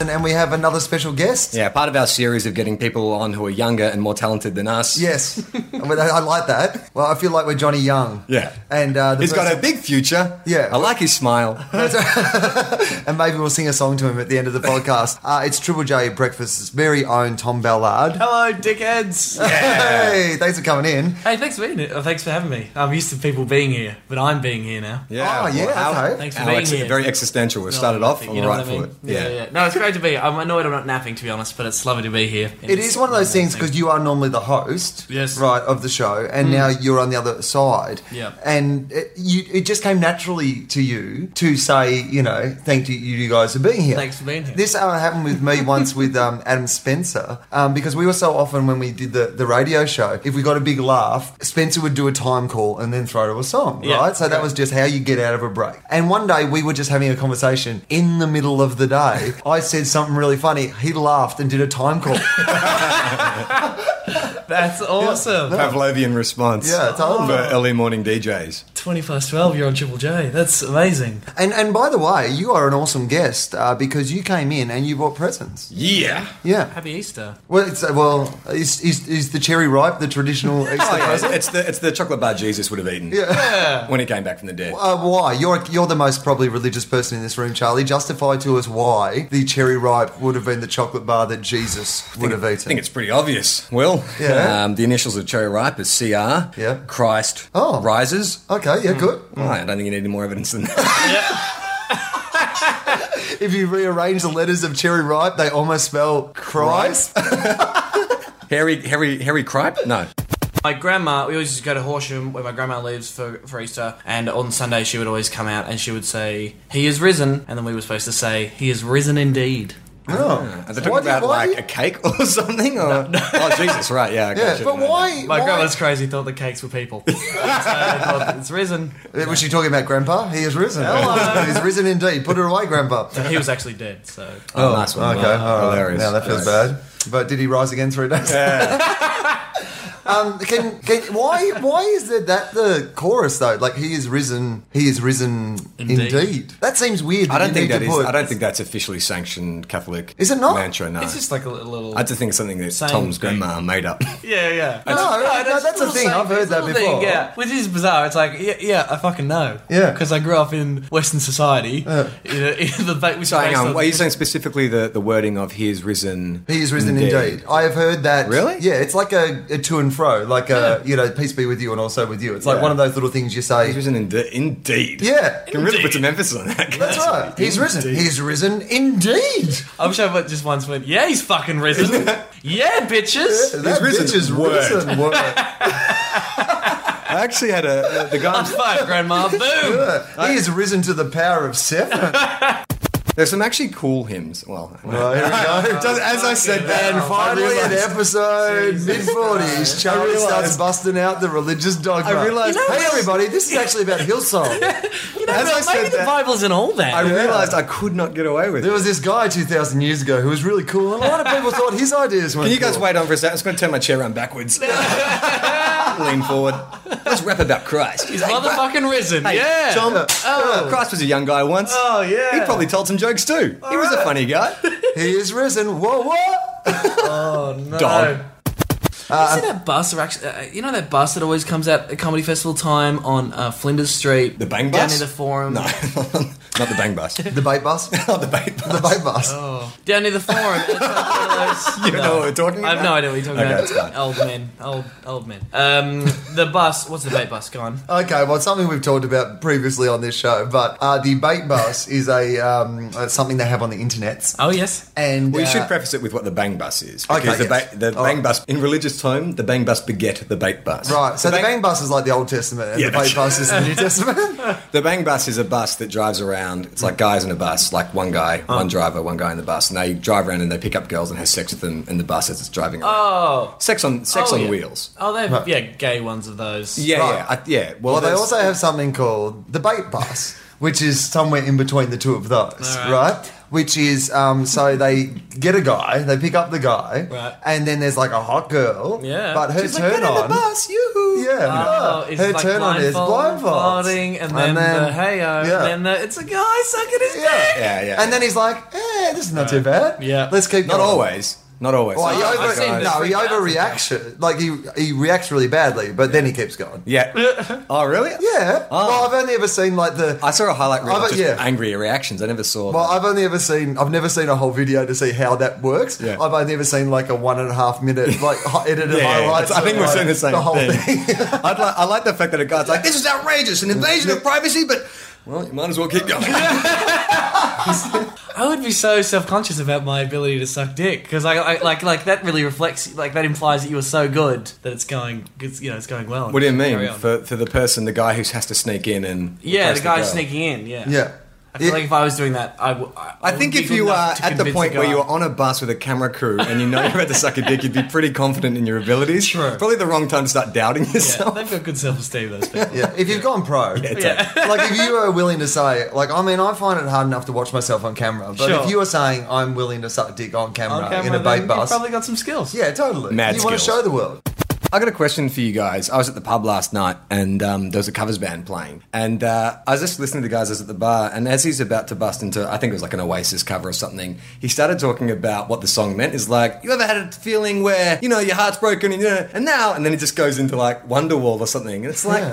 S2: And, and we have another special guest.
S8: Yeah, part of our series of getting people on who are younger and more talented than us.
S2: Yes, I, mean, I I like that. Well, I feel like we're Johnny Young.
S8: Yeah.
S2: and uh, the
S8: He's got
S2: person-
S8: a big future.
S2: Yeah.
S8: I like his smile.
S2: and maybe we'll sing a song to him at the end of the podcast. Uh, it's Triple J Breakfast's very own Tom Ballard.
S9: Hello, dickheads.
S2: Hey, thanks for coming in.
S9: Hey, thanks for being uh, Thanks for having me. I'm used to people being here, but I'm being here now.
S2: Oh, yeah, okay.
S9: Thanks for
S8: Alex,
S9: being here.
S8: very existential. We started off on the
S9: You know what
S8: right
S9: I mean?
S8: foot.
S9: Yeah, yeah. No, it's great great to be here. I'm annoyed I'm not napping, to be honest, but it's lovely to be here.
S2: It is one of those things because you are normally the host,
S9: Yes. Mm.
S2: right, of the show, and now you're on the other side.
S9: Yeah.
S2: and it, you, it just came naturally to you to say, you know, thank you, you guys for being here.
S9: Thanks for being here.
S2: This uh, happened with me once with um, Adam Spencer um, because we were so often when we did the, the radio show, if we got a big laugh, Spencer would do a time call and then throw to a song,
S9: Yeah.
S2: right? So that was just how you get out of a break. And one day we were just having a conversation in the middle of the day. I said something really funny. He laughed and did a time call.
S9: That's awesome.
S1: Pavlovian response.
S2: Yeah, it's all
S1: for
S2: about-
S1: early morning DJs.
S9: 20 past 12, you're on Triple J. That's amazing.
S2: And and by the way, you are an awesome guest uh, because you came in and you brought presents.
S1: Yeah.
S2: Yeah.
S9: Happy Easter.
S2: Well, it's, uh, well, is, is is the cherry ripe? The traditional Easter
S1: It's,
S2: present.
S1: it's the it's the chocolate bar Jesus would have eaten when he came back from the dead.
S2: Uh, why? You're you're the most probably religious person in this room, Charlie. Justify to us why the cherry ripe would have been the chocolate bar that Jesus would have eaten.
S1: I think it's pretty obvious. Well,
S2: Yeah.
S1: um, the initials of Cherry Ripe is CR.
S2: Yeah.
S1: Christ
S2: Oh.
S1: rises.
S2: okay. Yeah, good.
S1: Well, I don't think you need any more evidence than that.
S2: If you rearrange the letters of cherry ripe, they almost spell Christ.
S1: Harry, Harry, Harry Cripe? No.
S9: My grandma, we always used to go to Horsham where my grandma lives for, for Easter, and on Sunday she would always come out and she would say, He is risen. And then we were supposed to say, He is risen indeed.
S2: Oh.
S1: Are they
S2: Why
S1: talking
S2: do-
S1: about
S2: why
S1: like
S2: do you-
S1: a cake or something? Or oh Jesus, right? Yeah, I
S2: Yeah,
S1: gotcha.
S2: but why?
S9: My
S2: why-
S9: grandma's crazy, thought the cakes were people. so I thought, it's risen.
S2: Was she talking about Grandpa? He is risen. Hello. He's risen indeed. Put it away, Grandpa.
S9: He was actually dead, so.
S1: Oh, nice one.
S2: Okay, all right.
S1: hilarious.
S2: Now that feels bad. But did he rise again three days? um, can, can why why is there that the chorus though? Like he is risen, he is risen indeed.
S9: Indeed.
S2: That seems weird. That
S1: I don't
S2: you
S1: think
S2: need
S1: that
S2: to
S1: is.
S2: put-
S1: I don't think that's officially sanctioned Catholic.
S2: Is it not?
S1: mantra? No.
S9: It's just like a little.
S1: I just think it's something that
S9: Same
S1: Tom's
S9: thing.
S1: grandma made up.
S9: yeah, yeah.
S2: No, no, that's the
S9: little
S2: thing, I've heard
S9: it's a
S2: that
S9: little thing,
S2: before.
S9: yeah, which is bizarre. It's like, yeah, yeah I fucking know.
S2: Yeah.
S9: because I grew up in Western society. You know, in the back, which
S1: So hang
S9: based
S1: on.
S9: on-
S1: um, Are you saying specifically the, the wording of "He is risen"?
S2: He is risen indeed. I have heard that.
S1: Really?
S2: Yeah, it's like a, a to and fro, like a you know, peace be with you and also with you. It's like
S1: Yeah.
S2: one of those little things you
S1: He is
S2: say.
S1: risen inde- indeed.
S2: Yeah,
S1: Can really put some emphasis on that.
S2: that's right. He's risen. He's risen indeed.
S9: I wish I went- just once went, yeah, he's fucking risen. yeah, bitches.
S2: That
S1: risen.
S2: bitch is
S1: Word.
S2: risen. Word.
S1: I actually had a the guy.
S9: High five, grandma. Boom.
S2: He has risen to the power of seven.
S1: There's some actually cool hymns. Well, as I said that,
S2: And finally, an episode mid forties. Charlie
S1: realised-
S2: starts busting out the religious dogma.
S1: I realised- You know
S2: hey
S1: what's-
S2: everybody, this is actually about Hillsong.
S9: You know,
S1: As
S9: but
S1: I said
S9: maybe the
S1: that-
S9: Bible's in all that.
S1: I realized I could not get away with
S2: There
S1: it.
S2: was this guy two thousand years ago who was really cool, and a lot of people thought his ideas were.
S1: Can you guys wait on for a second? I'm just going to turn my chair around backwards. Lean forward. Let's rap about Christ.
S9: he's motherfucking risen.
S1: Hey,
S9: yeah.
S1: Tom, Christ was a young guy once.
S9: Oh, yeah.
S1: He probably told some jokes too. he was a funny guy.
S2: He is risen. Whoa, what?
S9: no.
S1: Dog.
S9: you see that bus? Or actually, uh, you know that bus that always comes out at comedy festival time on uh, Flinders Street,
S1: The bang
S9: down
S1: bus?
S9: near the forum.
S1: No, not the bang bus.
S2: The bait bus. The
S1: not Oh, the bang bus. Oh.
S2: bait bus.
S9: down near the forum. It's like one of those-
S1: You don't know what we're talking
S9: I
S1: about?
S9: have no idea what you're talking
S1: Okay,
S9: about.
S1: that's fine.
S9: Old men, old old men. Um, the bus. What's the bait bus? Go on.
S2: Okay, well, it's something we've talked about previously on this show, but uh, the bait bus is a um, uh, something they have on the internet.
S9: Oh yes.
S2: And
S1: We
S2: uh,
S1: should preface it with what the bang bus is.
S2: Okay,
S1: Because the,
S2: yes.
S1: ba- the
S2: All
S1: bang
S2: right.
S1: bus, in religious tone, the bang bus beget the bait bus.
S2: Right, so the,
S1: the
S2: bang bus is like the Old Testament, and
S1: Yeah,
S2: the bait
S1: that's-
S2: bus is the New Testament.
S1: The bang bus is a bus that drives around. It's like guys in a bus, like one guy,
S2: Uh.
S1: one driver, one guy in the bus, and they drive around and they pick up girls and have sex with them in the bus as it's driving around.
S9: Oh.
S1: sex on sex
S9: oh,
S1: on
S9: yeah.
S1: wheels.
S9: Oh, they have yeah gay ones of those.
S1: Yeah,
S2: Right.
S1: yeah, I, yeah. Well,
S2: Well, they
S1: there's-
S2: also have something called the bait bus, which is somewhere in between the two of those,
S9: All
S2: right?
S9: right.
S2: Which is um, so they get a guy, they pick up the guy,
S9: Right.
S2: and then there's like a hot girl,
S9: Yeah.
S2: but her
S1: She's like, "Get
S2: turn
S1: in the
S2: on,
S1: bus, yoo-hoo."
S2: yeah,
S9: Oh,
S2: no,
S9: it's
S2: her
S9: like
S2: turn on is
S9: blindfold,
S2: blindfold,
S9: farting, and then, the hey
S2: yeah.
S9: oh, and then the, it's a guy sucking his
S2: yeah.
S9: dick.
S1: Yeah, yeah.
S2: and then he's like, eh, this is not too bad,
S9: Yeah.
S2: let's keep
S1: not
S2: going.
S1: always, not always.
S2: Well, he
S1: Oh,
S2: over,
S9: I've seen this
S2: no, he
S9: freak out
S2: overreacts. Like he he reacts really badly, but then he keeps going.
S1: yeah. oh, really?
S2: Yeah. Well, I've only ever seen like the
S1: I saw a highlight reel
S2: Oh, but
S1: of just
S2: yeah.
S1: angry reactions. I never saw.
S2: Well,
S1: that.
S2: I've only ever seen. I've never seen a whole video to see how that works.
S1: Yeah.
S2: I've only ever seen like a one and a half minute like hi- edited highlights.
S1: I think
S2: of,
S1: we're
S2: like,
S1: saying the same
S2: whole
S1: thing.
S2: thing.
S1: I'd like, I like the fact that a guy's like, "This is outrageous, an invasion of privacy," but Well, you might as well keep going.
S9: I would be so self-conscious about my ability to suck dick because I, I like like that really reflects like that implies that you are so good that it's going it's, you know it's going well.
S1: what do you
S9: Carry
S1: mean?
S9: on.
S1: For, for the person, the guy who has to sneak in and.
S9: yeah,
S1: replace
S9: the guy's
S1: girl.
S9: sneaking in. Yeah,
S2: Yeah.
S9: I feel
S2: It-
S9: like if I was doing that, I w- I,
S1: I think
S9: wouldn't be
S1: if
S9: good
S1: you
S9: enough
S1: are
S9: to
S1: at the
S9: convince
S1: point
S9: a
S1: where
S9: guy.
S1: you are on a bus with a camera crew and you know you're about to suck a dick, you'd be pretty confident in your abilities.
S9: True.
S1: Probably the wrong time to start doubting
S9: yeah,
S1: yourself.
S9: they've got good self-esteem. Those people.
S2: Yeah, if you've gone pro, like if you are willing to say, like, I mean, I find it hard enough to watch myself on camera, but
S9: Sure.
S2: if you are saying I'm willing to suck dick on camera,
S9: on camera,
S2: in a
S9: then
S2: bait
S9: you've
S2: bus,
S9: probably got some skills.
S2: yeah, totally.
S1: Mad
S2: you want to
S1: skills.
S2: show the world.
S1: I got a question for you guys. I was at the pub last night and um, there was a covers band playing. And uh, I was just listening to the guys I was at the bar. And as he's about to bust into, I think it was like an Oasis cover or something, he started talking about what the song meant. Is like, you ever had a feeling where, you know, your heart's broken and, you know, and now, and then he just goes into like Wonderwall or something. And it's like,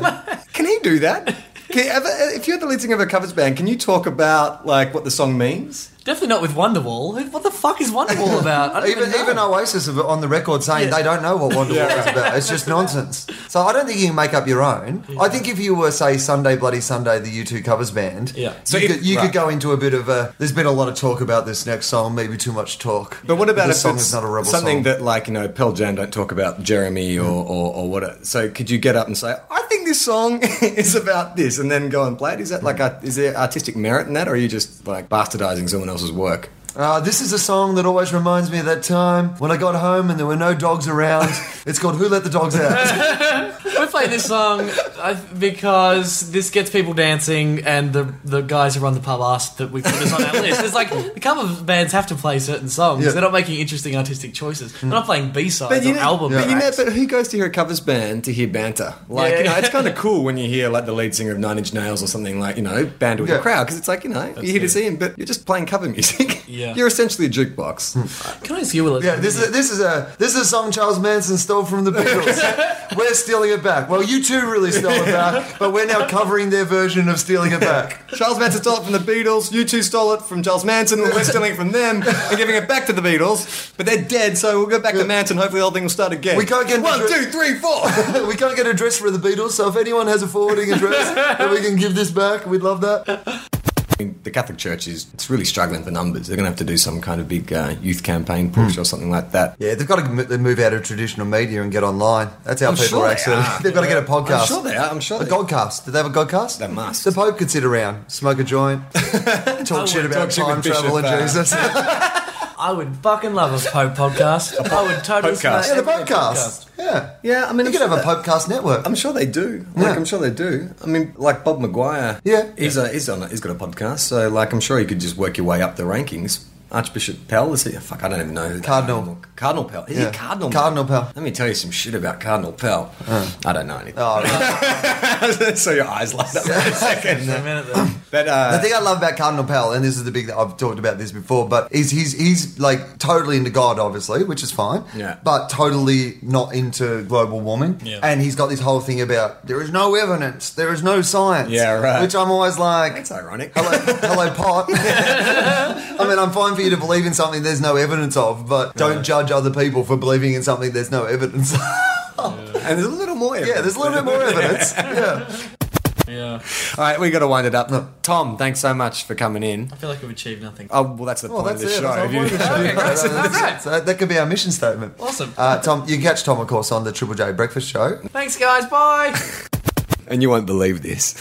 S1: can he do that? Can he ever, if you're the lead singer of a covers band, can you talk about like what the song means?
S9: Definitely not with Wonderwall. Who- What the fuck is Wonderwall about? I don't
S2: Even
S9: know.
S2: even Oasis are on the record saying they don't know what Wonderwall is about. It's just nonsense. So I don't think you can make up your own. I think if you were say Sunday Bloody Sunday, the U two covers band,
S9: Yeah.
S1: So
S2: you,
S1: if-
S2: could, you
S1: right.
S2: could go into a bit of a. There's been a lot of talk about this next song, maybe too much talk.
S1: But what about
S2: this
S1: if
S2: song
S1: it's
S2: is not a rebel
S1: something
S2: song? Mm.
S1: that, like, you know, Pearl Jam don't talk about Jeremy or, or, or what? So could you get up and say, I think this song is about this, and then go and play it? Is that like,
S2: Mm.
S1: a, is there artistic merit in that, or are you just like bastardizing someone else's work?
S2: Uh, this is a song that always reminds me of that time when I got home and there were no dogs around. it's called Who Let the Dogs Out?
S9: We play this song uh, because this gets people dancing, and the the guys who run the pub asked that we put this on our list. It's like the cover bands have to play certain songs.
S2: Yeah.
S9: They're not making interesting artistic choices. They're not playing B
S1: But
S9: sides
S1: you,
S9: or
S1: know,
S9: album
S1: but, you know,
S9: tracks.
S1: but who goes to hear a covers band to hear banter? Like, you
S9: Yeah.
S1: know, it's kind of cool when you hear like the lead singer of Nine Inch Nails or something like, you know, banter with
S2: Yeah.
S1: the crowd because it's like, you know, you're here to
S9: good.
S1: see him, but you're just playing cover music.
S9: Yeah.
S1: you're essentially a
S2: Hmm.
S1: jukebox.
S9: Can I ask you, Willis?
S2: yeah, this is this is a this is a song Charles Manson stole from the Beatles. we're stealing it back. Well, you two really stole it back, but we're now covering their version of stealing it back.
S1: Charles Manson stole it from the Beatles. You two stole it from Charles Manson. We're stealing it from them and giving it back to the Beatles. But they're dead, so we'll go back to Manson. Hopefully, the whole thing will start again.
S2: We can't get
S1: one,
S2: into-
S1: two, three, four.
S2: we can't get a dress for the Beatles, so if anyone has a forwarding address that we can give this back, we'd love that.
S1: I mean, the Catholic Church is it's really struggling for numbers. They're going to have to do some kind of big uh, youth campaign push or something like that.
S2: Yeah, they've got to m- move out of traditional media and get online. That's how
S1: I'm
S2: people
S1: sure they
S2: actually.
S1: are.
S2: They've got to get a podcast.
S1: I'm sure they are. I'm sure
S2: A
S1: they
S2: godcast. Do they have a godcast?
S1: They must.
S2: The Pope could sit around, smoke a joint, talk shit about
S1: Talk shit with
S2: time travel
S1: Bishop,
S2: and
S1: uh,
S2: Jesus. yeah,
S9: I would fucking love a Pope podcast. I would totally listen to
S1: Popecast.
S9: that
S2: the
S9: every
S2: Popecast. Yeah.
S1: Yeah, I mean, I'm
S2: You could
S1: sure
S2: have a
S1: that-
S2: Popecast network.
S1: I'm sure they do. Like,
S2: Yeah.
S1: I'm sure they do. I mean, like Bob Maguire.
S2: Yeah.
S1: he's a, he's on. A, he's got a podcast. So, like, I'm sure you could just work your way up the rankings. Archbishop Pell is he? Fuck, I don't even know. Who that
S2: Cardinal.
S1: animal- Cardinal Pell. Is
S2: Yeah.
S1: he Cardinal?
S2: Cardinal Pell.
S1: Let me tell you some shit about Cardinal Pell. I don't know anything.
S2: Oh, right.
S1: so your eyes light up. for a second.
S9: For a minute there.
S1: But uh,
S2: The thing I love about Cardinal Pell, and this is the big I've talked about this before, but is he's he's like totally into God, obviously, which is fine.
S1: Yeah.
S2: But totally not into global warming.
S9: Yeah.
S2: And he's got this whole thing about there is no evidence, there is no science.
S1: Yeah, right.
S2: Which I'm always like,
S1: that's ironic.
S2: hello, hello pot. I mean, I'm fine for you to believe in something there's no evidence of, but don't judge other people for believing in something there's no evidence. of.
S1: And there's a little more.
S2: yeah, there's a little bit more evidence. Yeah.
S9: Yeah.
S1: All right, we got to wind it up. Tom, thanks so much for coming in.
S9: I feel like we've achieved nothing.
S1: Oh, well, that's the
S2: Well,
S1: point
S2: that's
S1: of the
S2: it.
S1: show.
S2: That's our
S1: If you-
S2: point of the show. So that could be our mission statement.
S9: Awesome.
S2: Uh, Tom, you can catch Tom, of course, on the Triple J Breakfast Show.
S9: Thanks, guys. Bye.
S1: and you won't believe this.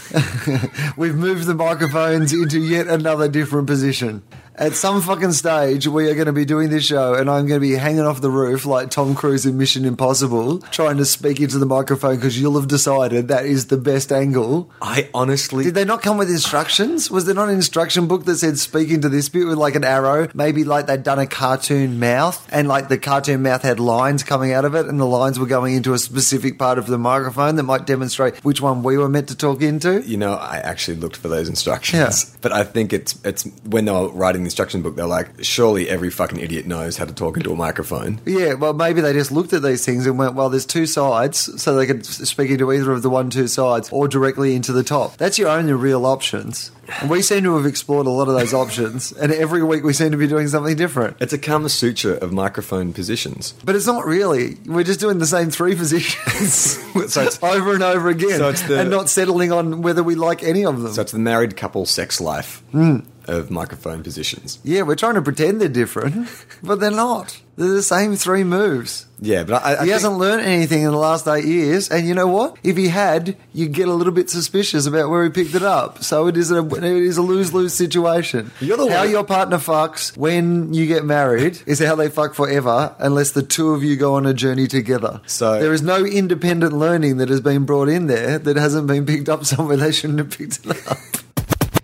S2: We've moved the microphones into yet another different position. At some fucking stage, we are going to be doing this show, and I'm going to be hanging off the roof like Tom Cruise in Mission Impossible, trying to speak into the microphone because you'll have decided that is the best angle.
S1: I honestly
S2: Did they not come with instructions? Was there not an instruction book that said speak into this bit with like an arrow? Maybe like they'd done a cartoon mouth and like the cartoon mouth had lines coming out of it and the lines were going into a specific part of the microphone that might demonstrate which one we were meant to talk into?
S1: you know, I actually looked for those instructions,
S2: Yeah.
S1: but I think it's it's when they were writing the instruction book, they're like, surely every fucking idiot knows how to talk into a microphone.
S2: Yeah, well, maybe they just looked at these things and went, well, there's two sides, so they could s- speak into either of the one, two sides or directly into the top. That's your only real options. And we seem to have explored a lot of those options, and every week we seem to be doing something different.
S1: It's a Kama Sutra of microphone positions.
S2: But it's not really. We're just doing the same three positions
S1: So it's-
S2: over and over again
S1: So it's the-
S2: and not settling on whether we like any of them.
S1: So it's the married couple sex life
S2: Hmm.
S1: of microphone positions.
S2: yeah, we're trying to pretend they're different, but they're not. They're the same three moves.
S1: Yeah, but I, I
S2: he
S1: think-
S2: hasn't learned anything in the last eight years, and you know what? If he had, you'd get a little bit suspicious about where he picked it up. So it is a it is a lose lose situation.
S1: You're the
S2: how
S1: one-
S2: your partner fucks when you get married is how they fuck forever, unless the two of you go on a journey together.
S1: So-
S2: there is no independent learning that has been brought in there that hasn't been picked up somewhere they shouldn't have picked it up.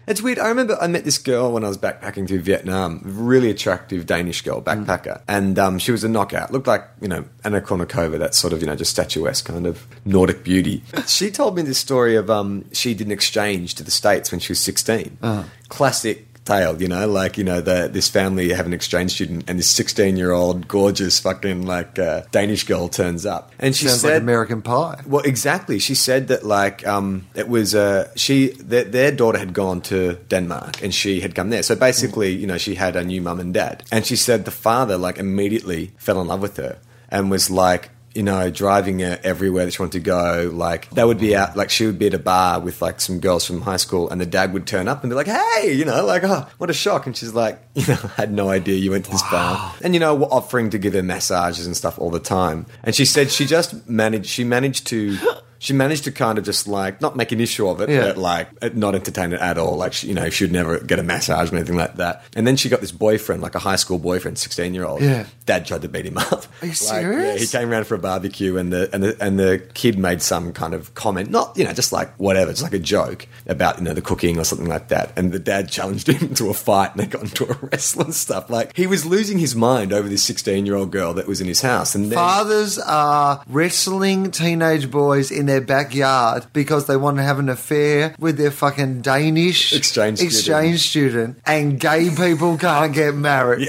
S1: It's weird. I remember I met this girl when I was backpacking through Vietnam. Really attractive Danish girl, backpacker,
S2: Mm.
S1: and um, she was a knockout. Looked like you know Anna Kournikova, that sort of you know just statuesque kind of Nordic beauty. she told me this story of um, she did an exchange to the states when she was 16
S2: Uh-huh.
S1: Classic. Tale, you know, like you know, the, this family have an exchange student, and this sixteen-year-old gorgeous fucking like uh, Danish girl turns up, and she
S2: Sounds
S1: said,
S2: like American Pie.
S1: well, exactly. She said that like um, it was uh, she their, their daughter had gone to Denmark and she had come there. So basically, you know, she had a new mum and dad, and she said the father like immediately fell in love with her and was like. You know, driving her everywhere that she wanted to go. Like, they would be out, like, she would be at a bar with, like, some girls from high school, and the dad would turn up and be like, hey, you know, like, oh, what a shock. And she's like, you know, I had no idea you went to this bar. And, you know, were offering to give her massages and stuff all the time. And she said she just managed, she managed to, she managed to kind of just like, not make an issue of it,
S2: Yeah.
S1: but like, not entertain it at all. Like, she, you know, she'd never get a massage or anything like that. And then she got this boyfriend, like a high school boyfriend, 16 year old.
S2: Yeah.
S1: Dad tried to beat him up.
S2: Are you
S1: Like, yeah, he
S2: serious?
S1: came around for a barbecue, and the and the and the kid made some kind of comment, not you know, just like whatever, just like a joke about you know the cooking or something like that. And the dad challenged him to a fight, and they got into a wrestle and stuff. Like he was losing his mind over this sixteen-year-old girl that was in his house, and then.
S2: Fathers are wrestling teenage boys in their backyard because they want to have an affair with their fucking Danish
S1: Exchange student.
S2: exchange student, and gay people can't get married.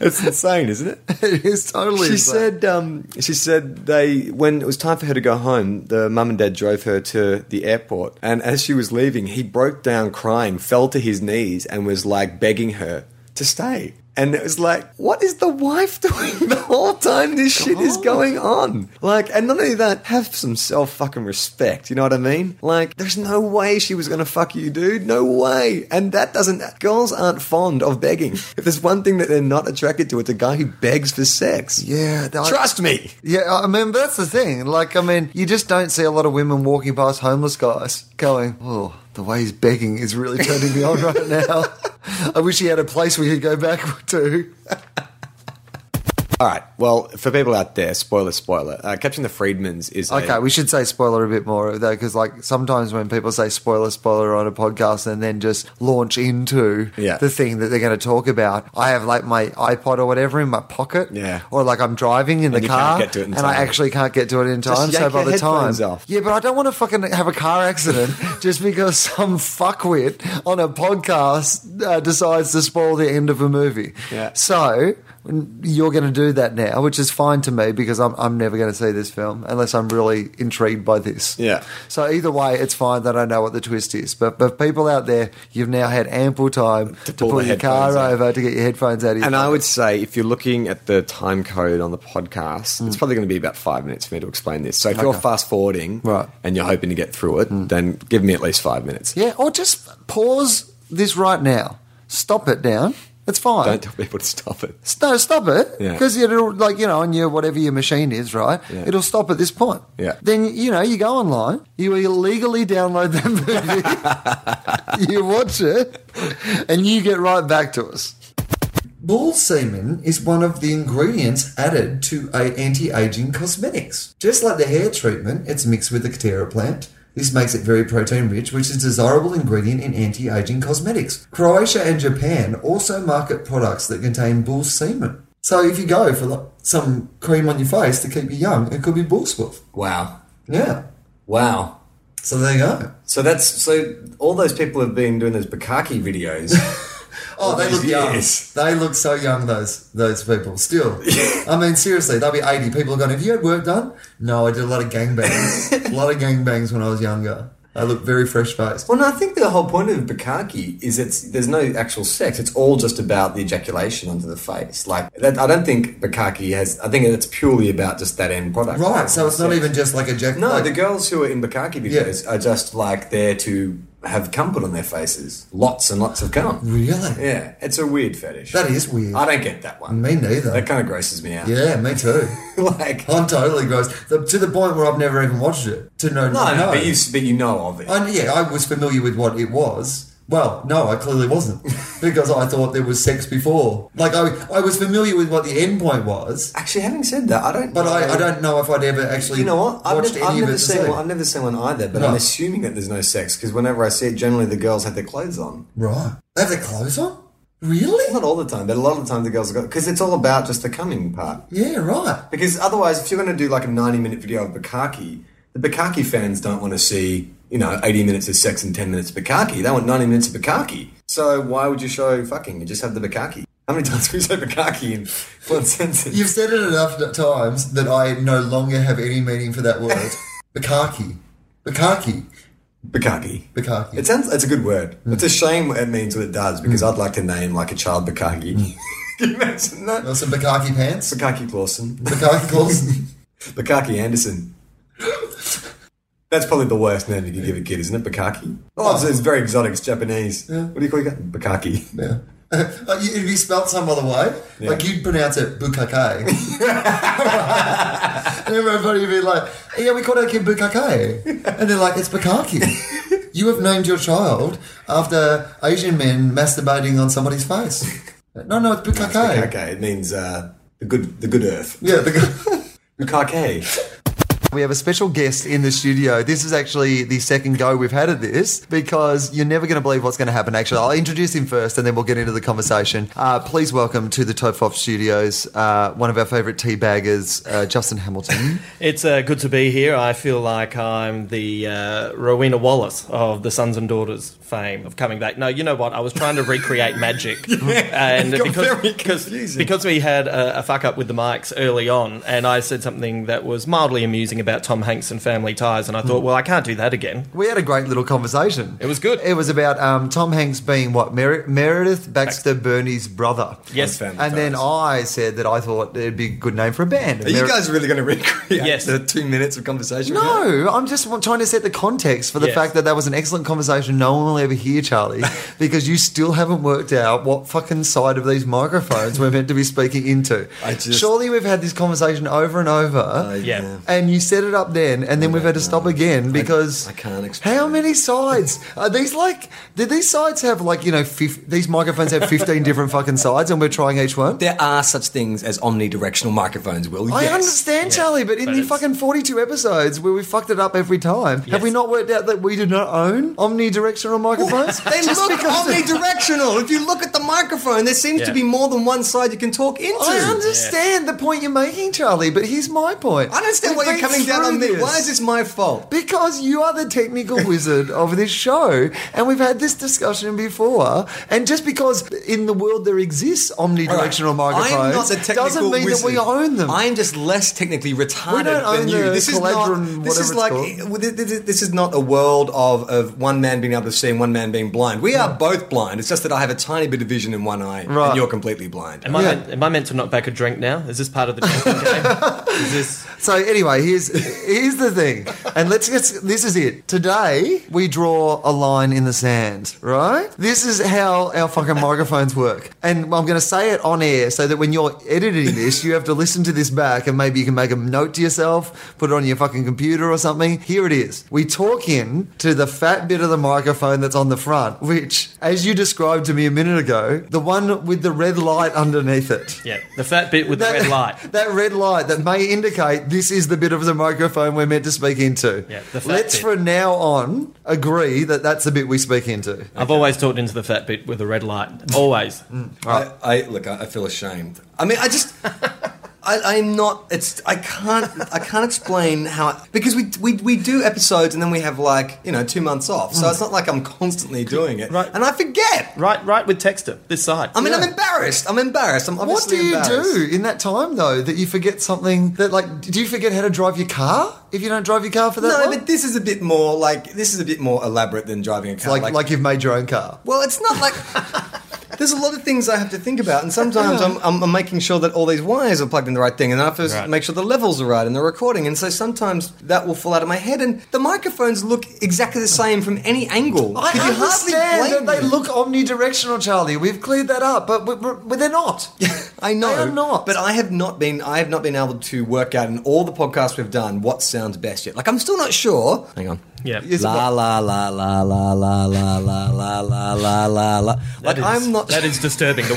S1: it's insane, isn't it?
S2: it is totally.
S1: She
S2: insane.
S1: said, um, she said they when it was time for her to go home, the mum and dad drove her to the airport, and as she was leaving, he broke down crying, fell to his knees, and was like begging her to stay. And it was like, what is the wife doing the whole time this shit is going on? Like, and not only that, have some self fucking respect. You know what I mean? Like, there's no way she was gonna fuck you, dude. No way. And that doesn't. Girls aren't fond of begging. If there's one thing that they're not attracted to, it's a guy who begs for sex.
S2: "Yeah, I-
S1: Trust me.
S2: Yeah, I mean, that's the thing. Like, I mean, you just don't see a lot of women walking past homeless guys going, oh, the way he's begging is really turning me on right now. I wish he had a place we could go back to.
S1: All right. Well, for people out there, spoiler, spoiler. Uh, Catching the Freedmans is a-
S2: Okay, we should say spoiler a bit more though, because like sometimes when people say spoiler, spoiler on a podcast and then just launch into
S1: Yeah.
S2: the thing that they're going to talk about, I have like my iPod or whatever in my pocket,
S1: Yeah.
S2: or like I'm driving in the
S1: you can't
S2: car
S1: get to it in
S2: and I
S1: time.
S2: actually can't get to it in time. so
S1: yank
S2: by
S1: your
S2: the time,
S1: headphones off.
S2: yeah, but I don't want to fucking have a car accident just because some fuckwit on a podcast uh, decides to spoil the end of a movie.
S1: Yeah.
S2: So you're going to do that now, which is fine to me because I'm, I'm never going to see this film unless I'm really intrigued by this.
S1: Yeah.
S2: So either way, it's fine that I know what the twist is. But but people out there, you've now had ample time to,
S1: pull
S2: pull
S1: the
S2: your car
S1: headphones out.
S2: over to get your headphones out. Of your
S1: And I
S2: pocket.
S1: would say if you're looking at the time code on the podcast, it's probably going to be about five minutes for me to explain this. So if you're fast forwarding
S2: Right.
S1: and you're hoping to get through it, then give me at least five minutes.
S2: yeah, or just pause this right now, stop it down. It's fine.
S1: Don't tell people to stop it.
S2: No, stop it.
S1: Yeah.
S2: Because it'll, like, you know, on your whatever your machine is, right?
S1: Yeah.
S2: It'll stop at this point.
S1: Yeah.
S2: Then, you know, you go online, you illegally download that movie, you watch it, and you get right back to us.
S10: Bull semen is one of the ingredients added to a anti-aging cosmetics. Just like the hair treatment, it's mixed with the Katera plant. This makes it very protein rich, which is a desirable ingredient in anti-aging cosmetics. Croatia and Japan also market products that contain bull semen. So if you go for like, some cream on your face to keep you young, it could be bull's wolf.
S11: Wow.
S10: Yeah.
S11: Wow.
S10: So there you go.
S11: So that's so all those people have been doing those Bukaki videos
S2: Oh, they look
S1: Yes.
S2: young. They look so young. Those those people still. I mean, seriously, they'll be eighty. People are going. Have you had work done? No, I did a lot of gangbangs. a lot of gangbangs when I was younger. I look very fresh faced.
S1: Well, no, I think the whole point of bukkake is it's there's no actual sex. It's all just about the ejaculation onto the face. Like that, I don't think bukkake has. I think it's purely about just that end product.
S2: Right, so it's not even just like a jack.
S1: No,
S2: like-
S1: the girls who are in bukkake videos are just like there to have cum put on their faces, lots and lots of cum.
S2: Really?
S1: Yeah, it's a weird fetish.
S2: That is weird.
S1: I don't get that one.
S2: Me neither.
S1: That kind of grosses me out.
S2: yeah, me too.
S1: like
S2: I'm totally gross. The, to the point where I've never even watched it. To know,
S1: no, no,
S2: know.
S1: but you but you know of it.
S2: I, yeah, I was familiar with what it was. Well, no, I clearly wasn't because I thought there was sex before. Like I, I was familiar with what the end point was,
S1: Actually, having said that, I don't.
S2: but I, I
S1: know-
S2: don't know if I'd ever actually
S1: You know what? I've,
S2: watched
S1: never, I've
S2: any of
S1: never
S2: it. to
S1: seen
S2: see.
S1: one. I've never seen one either, but
S2: No.
S1: I'm assuming that there's no sex because whenever I see it, generally the girls have their clothes on.
S2: Right? They have their clothes on? Really?
S1: Not all the time, but a lot of the time the girls have got because it's all about just the coming part.
S2: Yeah, right.
S1: Because otherwise, if you're going to do like a 90 minute video of bukkake, the bukkake fans don't want to see you know 80 minutes of sex and 10 minutes of bukkake. They want 90 minutes of bukkake. So why would you show fucking? You just have the bukkake. How many times can we say bukkake in one sentence?
S2: You've said it enough times that I no longer have any meaning for that word. Bukaki, Bukaki,
S1: bukkake.
S2: Bukaki.
S1: It sounds it's a good word. It's a shame it means what it does because
S2: Mm.
S1: I'd like to name like a child Bukaki. Can you imagine that?
S2: Got some Bukaki pants.
S1: Bukaki Clausen.
S2: Uh, Bukaki calls.
S1: Bukaki Anderson. That's probably the worst name you could give a kid, isn't it? Bukaki. Oh, it's, it's very exotic. It's Japanese. What do you call your guy? Bukaki.
S2: Like, it'd be spelt some other way. Like you'd pronounce it bukake. and everybody would be like, yeah, we called our kid bukake. And they're like, it's bukaki. You have named your child after Asian men masturbating on somebody's face. No, no, it's bukake.
S1: Bukake. It means uh, the good the good earth.
S2: Yeah, the
S1: Bukake.
S2: we have a special guest in the studio. This is actually the second go we've had at this because you're never going to believe what's going to happen. Actually, I'll introduce him first, and then we'll get into the conversation. Uh, please welcome to the Tofoff Studios uh, one of our favourite tea baggers, uh, Justin Hamilton.
S12: It's uh, good to be here. I feel like I'm the uh, Rowena Wallace of the Sons and Daughters fame of coming back. No, you know what? I was trying to recreate magic, and because because, because we had a, a fuck up with the mics early on, and I said something that was mildly amusing about Tom Hanks and Family Ties, and I
S2: Hmm.
S12: thought, well, I can't do that again.
S2: We had a great little conversation.
S12: It was good.
S2: It was about um, Tom Hanks being what Mer- Meredith Baxter Burney's brother.
S12: Yes,
S1: Family
S2: And then
S1: Ties.
S2: I said that I thought it'd be a good name for a band.
S1: Are you guys really going to recreate
S12: Yes.
S1: the two minutes of conversation? we had?
S2: No, I'm just wa- trying to set the context for the
S12: Yes.
S2: fact that that was an excellent conversation. No one will ever hear, Charlie, because you still haven't worked out what fucking side of these microphones we're meant to be speaking into.
S1: I just-
S2: Surely we've had this conversation over and over.
S12: Yeah.
S2: and you set it up then, and then we've had to stop again because
S1: I can't explain
S2: How
S1: it.
S2: many sides are these? Like, did these sides have like you know, fif- these microphones have fifteen different fucking sides, and we're trying each one?
S1: There are such things as omnidirectional microphones, Will.
S2: I
S1: yes.
S2: understand, Charlie, but in
S12: but
S2: the
S12: it's-
S2: fucking forty-two episodes where we fucked it up every time, have
S12: Yes.
S2: we not worked out that we do not own omnidirectional microphones?
S1: They
S2: Just
S1: look
S2: because-
S1: omnidirectional. if you look at the microphone, there seems to
S12: Yeah.
S1: be more than one side you can talk into.
S2: I understand the point you're making, Charlie, but here's my point.
S1: I understand
S2: We've
S1: why you're
S2: been
S1: coming down
S2: through
S1: on me. Why is this my fault?
S2: Because you are the technical wizard of this show, and we've had this discussion before. And just because in the world there exists omnidirectional microphones
S1: I'm not the technical
S2: doesn't mean that we
S1: wizard.
S2: own them.
S1: I'm just less technically retarded
S2: We don't
S1: than
S2: own
S1: you.
S2: the
S1: This is not.
S2: Caledron,
S1: This is like.
S2: whatever it's
S1: well, th- th- This is not a world of, of one man being able to see and one man being blind. We are both blind. It's just that I have a tiny bit of vision in one eye,
S2: Right.
S1: and you're completely blind.
S12: Am I,
S2: Yeah.
S12: meant, am I meant to knock back a drink now? Is this part of the game? Is this
S2: So anyway, here's here's the thing, and let's get this is it. Today we draw a line in the sand, right? This is how our fucking microphones work, and I'm going to say it on air so that when you're editing this, you have to listen to this back, and maybe you can make a note to yourself, put it on your fucking computer or something. Here it is. We talk in to the fat bit of the microphone that's on the front, which, as you described to me a minute ago, the one with the red light underneath it.
S12: yeah the fat bit with the red light?
S2: That red light that may indicate this is the bit of the microphone we're meant to speak into.
S12: Yeah, the fat
S2: Let's
S12: bit.
S2: from now on agree that that's the bit we speak into.
S12: I've always talked into the fat
S2: Hmm.
S12: bit with the red light. Always.
S1: I, I look. I, I feel ashamed. I mean, I just. I, I'm not. It's I can't I can't explain how because we, we we do episodes and then we have like you know two months off,
S2: Mm.
S1: so it's not like I'm constantly doing it.
S12: Right.
S1: And I forget.
S12: Right, right with Texter, this side.
S1: I mean, I'm embarrassed. I'm embarrassed. I'm
S2: What do
S1: obviously
S2: you
S1: embarrassed.
S2: do in that time though that you forget something that like do you forget how to drive your car if you don't drive your car for that
S1: No,
S2: long?
S1: but this is a bit more like this is a bit more elaborate than driving a car.
S2: like, like you've made your own car.
S1: Well, it's not like. There's a lot of things I have to think about, and sometimes I'm, I'm, I'm making sure that all these wires are plugged in the right thing, and I have to s-
S12: Right.
S1: make sure the levels are right and the recording, and so sometimes that will fall out of my head, and the microphones look exactly the same from any angle.
S2: I
S1: Could you hardly
S2: understand
S1: blame
S2: that they
S1: them?
S2: look omnidirectional, Charlie. We've cleared that up, but we- we- but they're not.
S1: I know,
S2: They are not.
S1: but I have not been. I have not been able to work out in all the podcasts we've done what sounds best yet. Like I'm still not sure. Hang on.
S12: Yeah.
S2: Is it
S1: La la la la la la la la la la la la la. Like
S12: That is-
S1: I'm not.
S12: That is disturbing to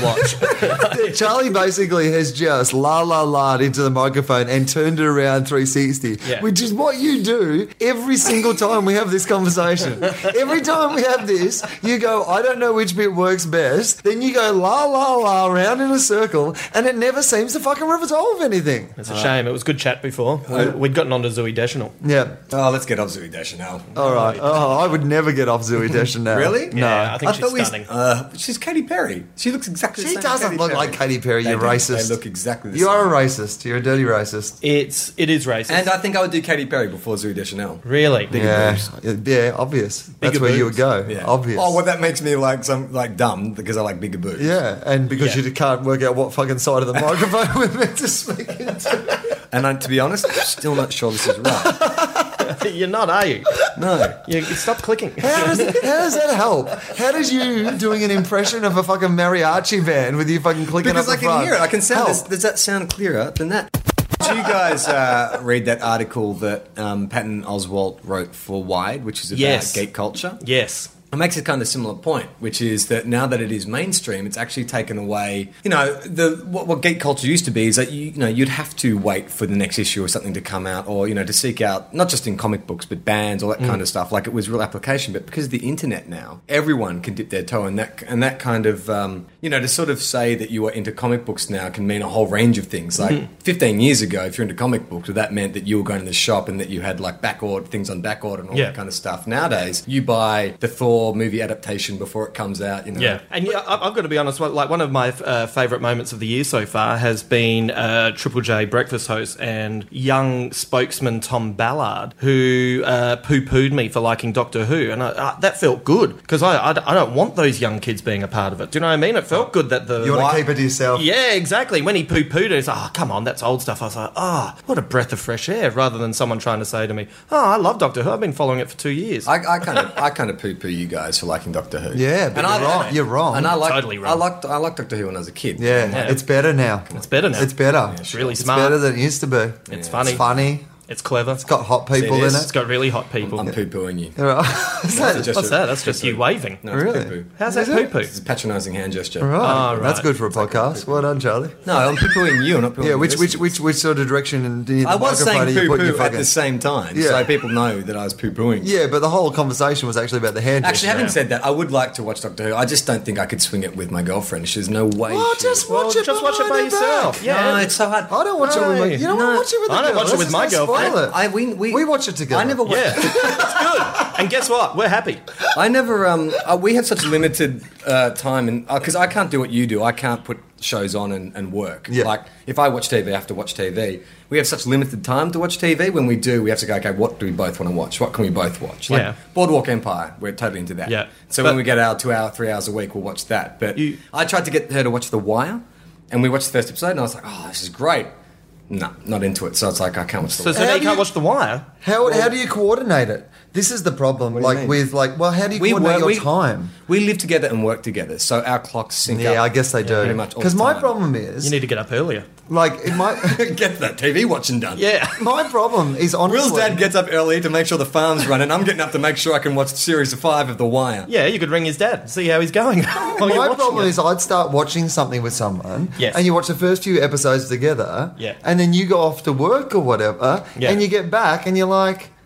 S12: watch.
S2: Charlie basically has just la la la into the microphone and turned it around 360,
S12: Yeah.
S2: which is what you do every single time we have this conversation. every time we have this, you go, I don't know which bit works best. Then you go la la la around in a circle, and it never seems to fucking resolve anything.
S12: it's a shame. It was good chat before. We- We'd gotten onto Zooey Deschanel.
S2: Yeah.
S1: Oh, let's get Observing Deschanel.
S2: All right. Oh, I would never get off Zooey Deschanel.
S1: Really?
S2: No.
S12: Yeah, I think she's
S1: thought we-
S12: stunning.
S1: Uh, she's Katy Perry. She looks exactly. the
S2: She
S1: same as
S2: doesn't
S1: Katy
S2: look
S1: Perry.
S2: like Katy Perry.
S1: They
S2: You're
S1: do.
S2: racist.
S1: They look exactly the
S2: You
S1: same.
S2: are a racist. You're a dirty racist.
S12: It's it is racist.
S1: And I think I would do Katy Perry before Zooey Deschanel.
S12: really,
S2: Yeah. Yeah. Obvious. That's
S12: Bigger
S2: where you would
S12: boobs.
S2: go. Obvious.
S1: Oh, well, that makes me like some like dumb because I like bigger boobs.
S2: Yeah, and because
S12: Yeah.
S2: you can't work out what fucking side of the microphone we're meant to speak into.
S1: And I, to be honest, I'm still not sure this is right.
S12: you're not, are you?
S1: No.
S12: You stop clicking.
S2: How does, how does that help? How does you doing an impression of a fucking mariachi band with you fucking clicking
S1: Because
S2: up
S1: I
S2: the
S1: can
S2: front
S1: hear it. I can sound.
S2: help?
S1: Does, does that sound clearer than that? Oh. Did you guys uh, read that article that um, Patton Oswalt wrote for Wide, which is about
S12: Yes.
S1: gate culture?
S12: Yes.
S1: It makes a kind of similar point, which is that now that it is mainstream, it's actually taken away. You know, the what, what geek culture used to be is that you, you know you'd have to wait for the next issue or something to come out, or you know to seek out not just in comic books but bands, all that kind of stuff. Like it was real application, but because of the internet now, everyone can dip their toe in that and that kind of um, you know to sort of say that you are into comic books now can mean a whole range of things. Like 15 years ago, if you're into comic books, that meant that you were going to the shop and that you had like back order things on back order and all
S12: Yeah.
S1: that kind of stuff. Nowadays, you buy the Thor movie adaptation before it comes out. You know,
S12: Yeah, and yeah, I- I've got to be honest. Like one of my uh, favourite moments of the year so far has been uh, Triple J breakfast host and young spokesman Tom Ballard, who uh, poo-pooed me for liking Doctor Who, and I, I, that felt good because I, I I don't want those young kids being a part of it. Do you know what I mean? It felt good that the
S2: Oh. You want to keep it to yourself.
S12: yeah, exactly. When he poo pooed it, he's like, oh, come on, that's old stuff. I was like, oh, what a breath of fresh air, rather than someone trying to say to me, oh, I love Doctor Who. I've been following it for two years.
S1: I, I kind of, I kind of poo-poo you guys for liking Doctor Who.
S2: Yeah, but you're wrong. You're wrong.
S1: And I like,
S12: Totally wrong.
S1: I liked, I liked Doctor Who when I was a kid.
S2: Yeah, it's better now.
S12: It's better now.
S2: It's better.
S12: It's really
S2: It's
S12: smart.
S2: better than it used to be.
S12: It's funny.
S2: It's funny.
S12: It's clever.
S2: It's got hot people
S1: It
S2: in
S1: is.
S12: It's
S2: it.
S12: got really hot people.
S1: I'm poo-pooing you.
S2: All right. Is that-
S1: It's just
S12: What's
S1: a-
S12: that? That's just you waving.
S1: No, it's
S2: Really?
S1: poo-poo.
S12: How's that
S2: Is it?
S12: poo poo?
S1: It's a patronising hand gesture.
S2: all right.
S12: Oh, right.
S2: That's good for a podcast. Well done, Charlie.
S1: No, I'm poo-pooing you. I'm not poo-pooing
S2: Yeah, which
S1: you.
S2: which which which sort of direction and the
S1: I was
S2: microphone are
S1: saying
S2: you putting your
S1: poo-poo at
S2: fucking-
S1: the same time,
S2: Yeah.
S1: so people know that I was poo-pooing.
S2: Yeah, but the whole conversation was actually about the hand.
S1: Actually,
S2: gesture.
S1: having said that, I would like to watch Doctor Who. I just don't think I could swing it with my girlfriend. She's no way.
S2: Oh,
S1: she-
S2: just watch
S12: Well,
S2: it.
S12: just watch it by
S2: behind her
S12: yourself.
S2: back.
S12: Yeah.
S1: No, it's so hard.
S2: I don't watch it with my. You don't
S1: No.
S2: watch it with.
S12: I
S2: the
S12: don't
S2: girl.
S12: watch it with
S2: Let's
S12: my
S2: not spoil
S12: girlfriend.
S2: it.
S1: I we we,
S2: We watch it together.
S1: I never watched.
S12: Yeah,
S1: it.
S12: it's good. And guess what? We're happy.
S1: I never. Um, uh, we have such limited uh, time, and because I can't do what you do, I can't put shows on and, and work.
S2: Yeah.
S1: Like if I watch TV, I have to watch TV. We have such limited time to watch TV. When we do, we have to go. Okay, what do we both want to watch? What can we both watch? Like
S12: Yeah.
S1: Boardwalk Empire. We're totally into that.
S12: Yeah.
S1: So
S12: But-
S1: when we get our two hour, three hours a week, we'll watch that. But
S12: You-
S1: I tried to get her to watch The Wire, and we watched the first episode, and I was like, oh, this is great. No, not into it. So it's like I can't watch the.
S12: So, so
S2: How
S12: now you
S2: do
S12: can't
S2: you-
S12: watch The Wire.
S2: How, how do you coordinate it? This is the problem.
S1: do you
S2: Like
S1: mean?
S2: with like, well, how do you coordinate your time?
S1: We live together and work together, so our clocks sync up.
S2: Yeah, I guess they do.
S1: pretty much all
S2: Because
S1: the
S2: my
S1: time.
S2: problem
S12: You
S2: is,
S12: need to get up earlier.
S2: like, it might,
S1: Get that TV watching done.
S12: Yeah.
S2: my problem is honestly.
S1: Will's dad gets up early to make sure the farm's running. I'm getting up to make sure I can watch series five of The Wire.
S12: Yeah, you could ring his dad, see how he's going. while you're
S2: my
S12: watching
S2: problem
S12: it.
S2: is, I'd start watching something with someone,
S12: Yes.
S2: and you watch the first few episodes together,
S12: Yeah.
S2: and then you go off to work or whatever,
S12: Yeah.
S2: and you get back and you're like,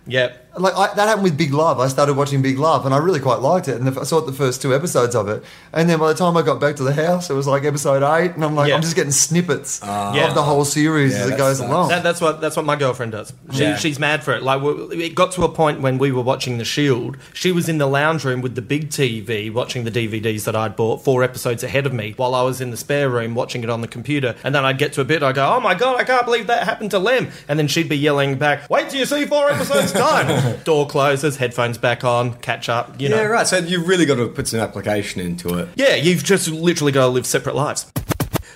S12: Yep.
S2: Like I, that happened with Big Love. I started watching Big Love, and I really quite liked it. And the, I saw the first two episodes of it, and then by the time I got back to the house, it was like episode eight, and I'm like,
S12: Yeah.
S2: I'm just getting snippets
S12: Ah. Yeah.
S2: of the whole series as it
S13: that
S2: goes
S13: sucks.
S1: Oh.
S2: along.
S12: That, that's what that's what my girlfriend does. She,
S13: Yeah.
S12: She's mad for it. Like we- it got to a point when we were watching The Shield. She was in the lounge room with the big TV watching the DVDs that I'd bought four episodes ahead of me, while I was in the spare room watching it on the computer. And then I'd get to a bit, I go, "Oh my god, I can't believe that happened to Lem!" And then she'd be yelling back, "Wait till you see four episodes time." Door closes, headphones back on, catch up. You know,
S1: Yeah, right. So you've really got to put some application into it.
S12: yeah, you've just literally got to live separate lives.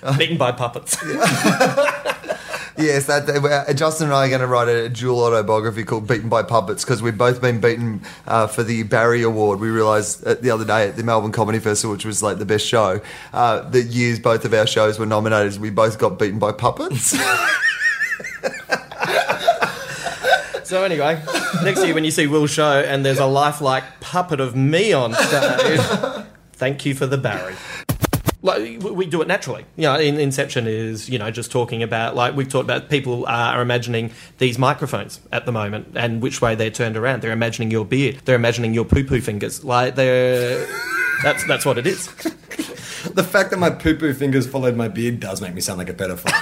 S1: Uh.
S12: Beaten by puppets.
S2: Yes, that, that- uh, Justin and I are going to write a dual autobiography called "Beaten by Puppets" because we've both been beaten uh, for the Barry Award. We realised uh, the other day at the Melbourne Comedy Festival, which was like the best show, uh, the years both of our shows were nominated, we both got beaten by puppets.
S12: So anyway, next year when you see Will's show and there's a lifelike puppet of me on stage, thank you for the Barry. Like we- we do it naturally, you know. In, Inception is you know just talking about like we've talked about people uh, are imagining these microphones at the moment and which way they're turned around. They're imagining your beard. They're imagining your poo poo fingers. Like they're that's that's what it is.
S1: The fact that my poo poo fingers followed my beard does make me sound like a pedophile.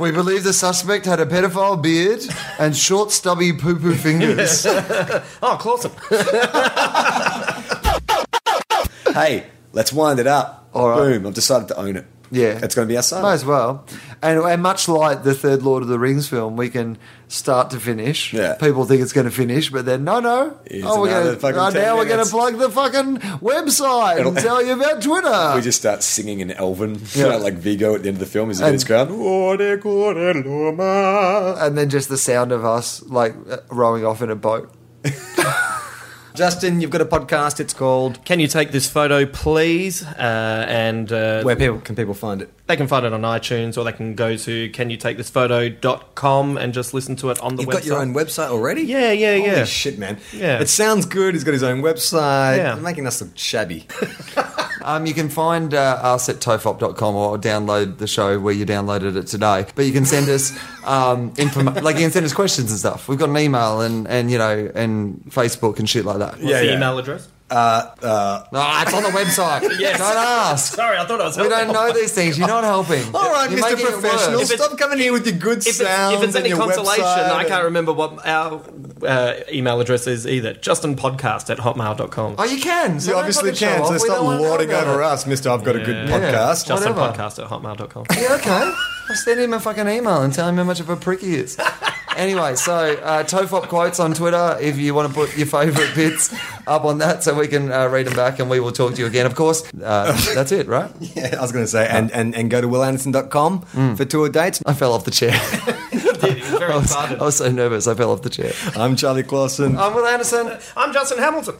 S2: we believe the suspect had a pedophile beard and short, stubby poo poo fingers.
S12: Oh, Clawson.
S14: hey, let's wind it up.
S2: All right.
S14: Boom. I've decided to own it.
S2: Yeah.
S14: It's going to be our son.
S2: Might as well. And, and much like the third Lord of the Rings film, we can start to finish.
S14: Yeah.
S2: People think it's going to finish, but then no, no.
S14: It's
S2: oh, we're
S14: another
S2: going to
S14: fucking
S2: oh,
S14: 10
S2: now we're going
S14: minutes.
S2: to plug the fucking website and tell you about Twitter.
S14: We just start singing in Elven,
S2: Yeah.
S14: like Vigo at the end of the film. Is it
S2: And-
S14: his crowd? Ore core loma.
S2: and then just the sound of us like uh, rowing off in a boat.
S1: Justin, you've got a podcast. It's called
S12: Can you take this photo, please? Uh, and uh,
S1: Where people can people find it?
S12: They can find it on iTunes or they can go to canyoutatethisphoto.com and just listen to it on the
S1: You've
S12: website.
S1: got your own website already?
S12: Yeah, yeah,
S1: Holy
S12: yeah.
S1: shit, man.
S12: Yeah.
S1: It sounds good. He's got his own website.
S12: Yeah.
S1: You're making us look shabby.
S2: Um, you can find uh, us at tofop.com or download the show where you downloaded it today. But you can send us um, inform- like you can send us questions and stuff. We've got an email and, and you know and Facebook and shit like that.
S12: What's
S1: Yeah,
S12: the
S1: yeah.
S12: email address?
S2: No, Oh, it's on the website.
S12: Yes.
S2: Don't ask.
S12: Sorry, I thought I was
S2: We don't know these things. You're not helping.
S1: All right,
S2: You're
S1: Mr.
S2: making it worse.
S1: Professional,
S12: If it's-
S1: stop coming here with your good
S12: If it's,
S1: sounds.
S12: if it's
S1: and
S12: any
S1: your
S12: consolation,
S1: website
S12: I
S1: and-
S12: can't remember what our uh, email address is either. JustinPodcast at hotmail.com.
S2: Oh, you can. So
S1: You
S2: don't
S1: obviously
S2: fucking show
S1: can,
S2: off.
S1: so
S2: We
S1: stop
S2: don't wanna know
S1: lording
S2: about
S1: over
S2: it.
S1: us, Mr. I've got a good podcast.
S2: Just- whatever.
S12: JustinPodcast at hotmail.com.
S2: Yeah, okay. I'll send him a fucking email and tell him how much of a prick he is. Anyway, so uh, Tofop quotes on Twitter if you want to put your favourite bits up on that so we can uh, read them back and we will talk to you again, of course. Uh, that's it, right?
S1: Yeah, I was going to say, and, and, and go to willanderson.com
S12: Mm.
S1: for tour dates.
S2: I fell off the chair.
S12: Very
S2: I
S1: Oh,
S2: was,
S12: excited.
S2: I was so nervous, I fell off the chair.
S1: I'm Charlie Clausen.
S2: I'm Will Anderson.
S12: I'm Justin Hamilton.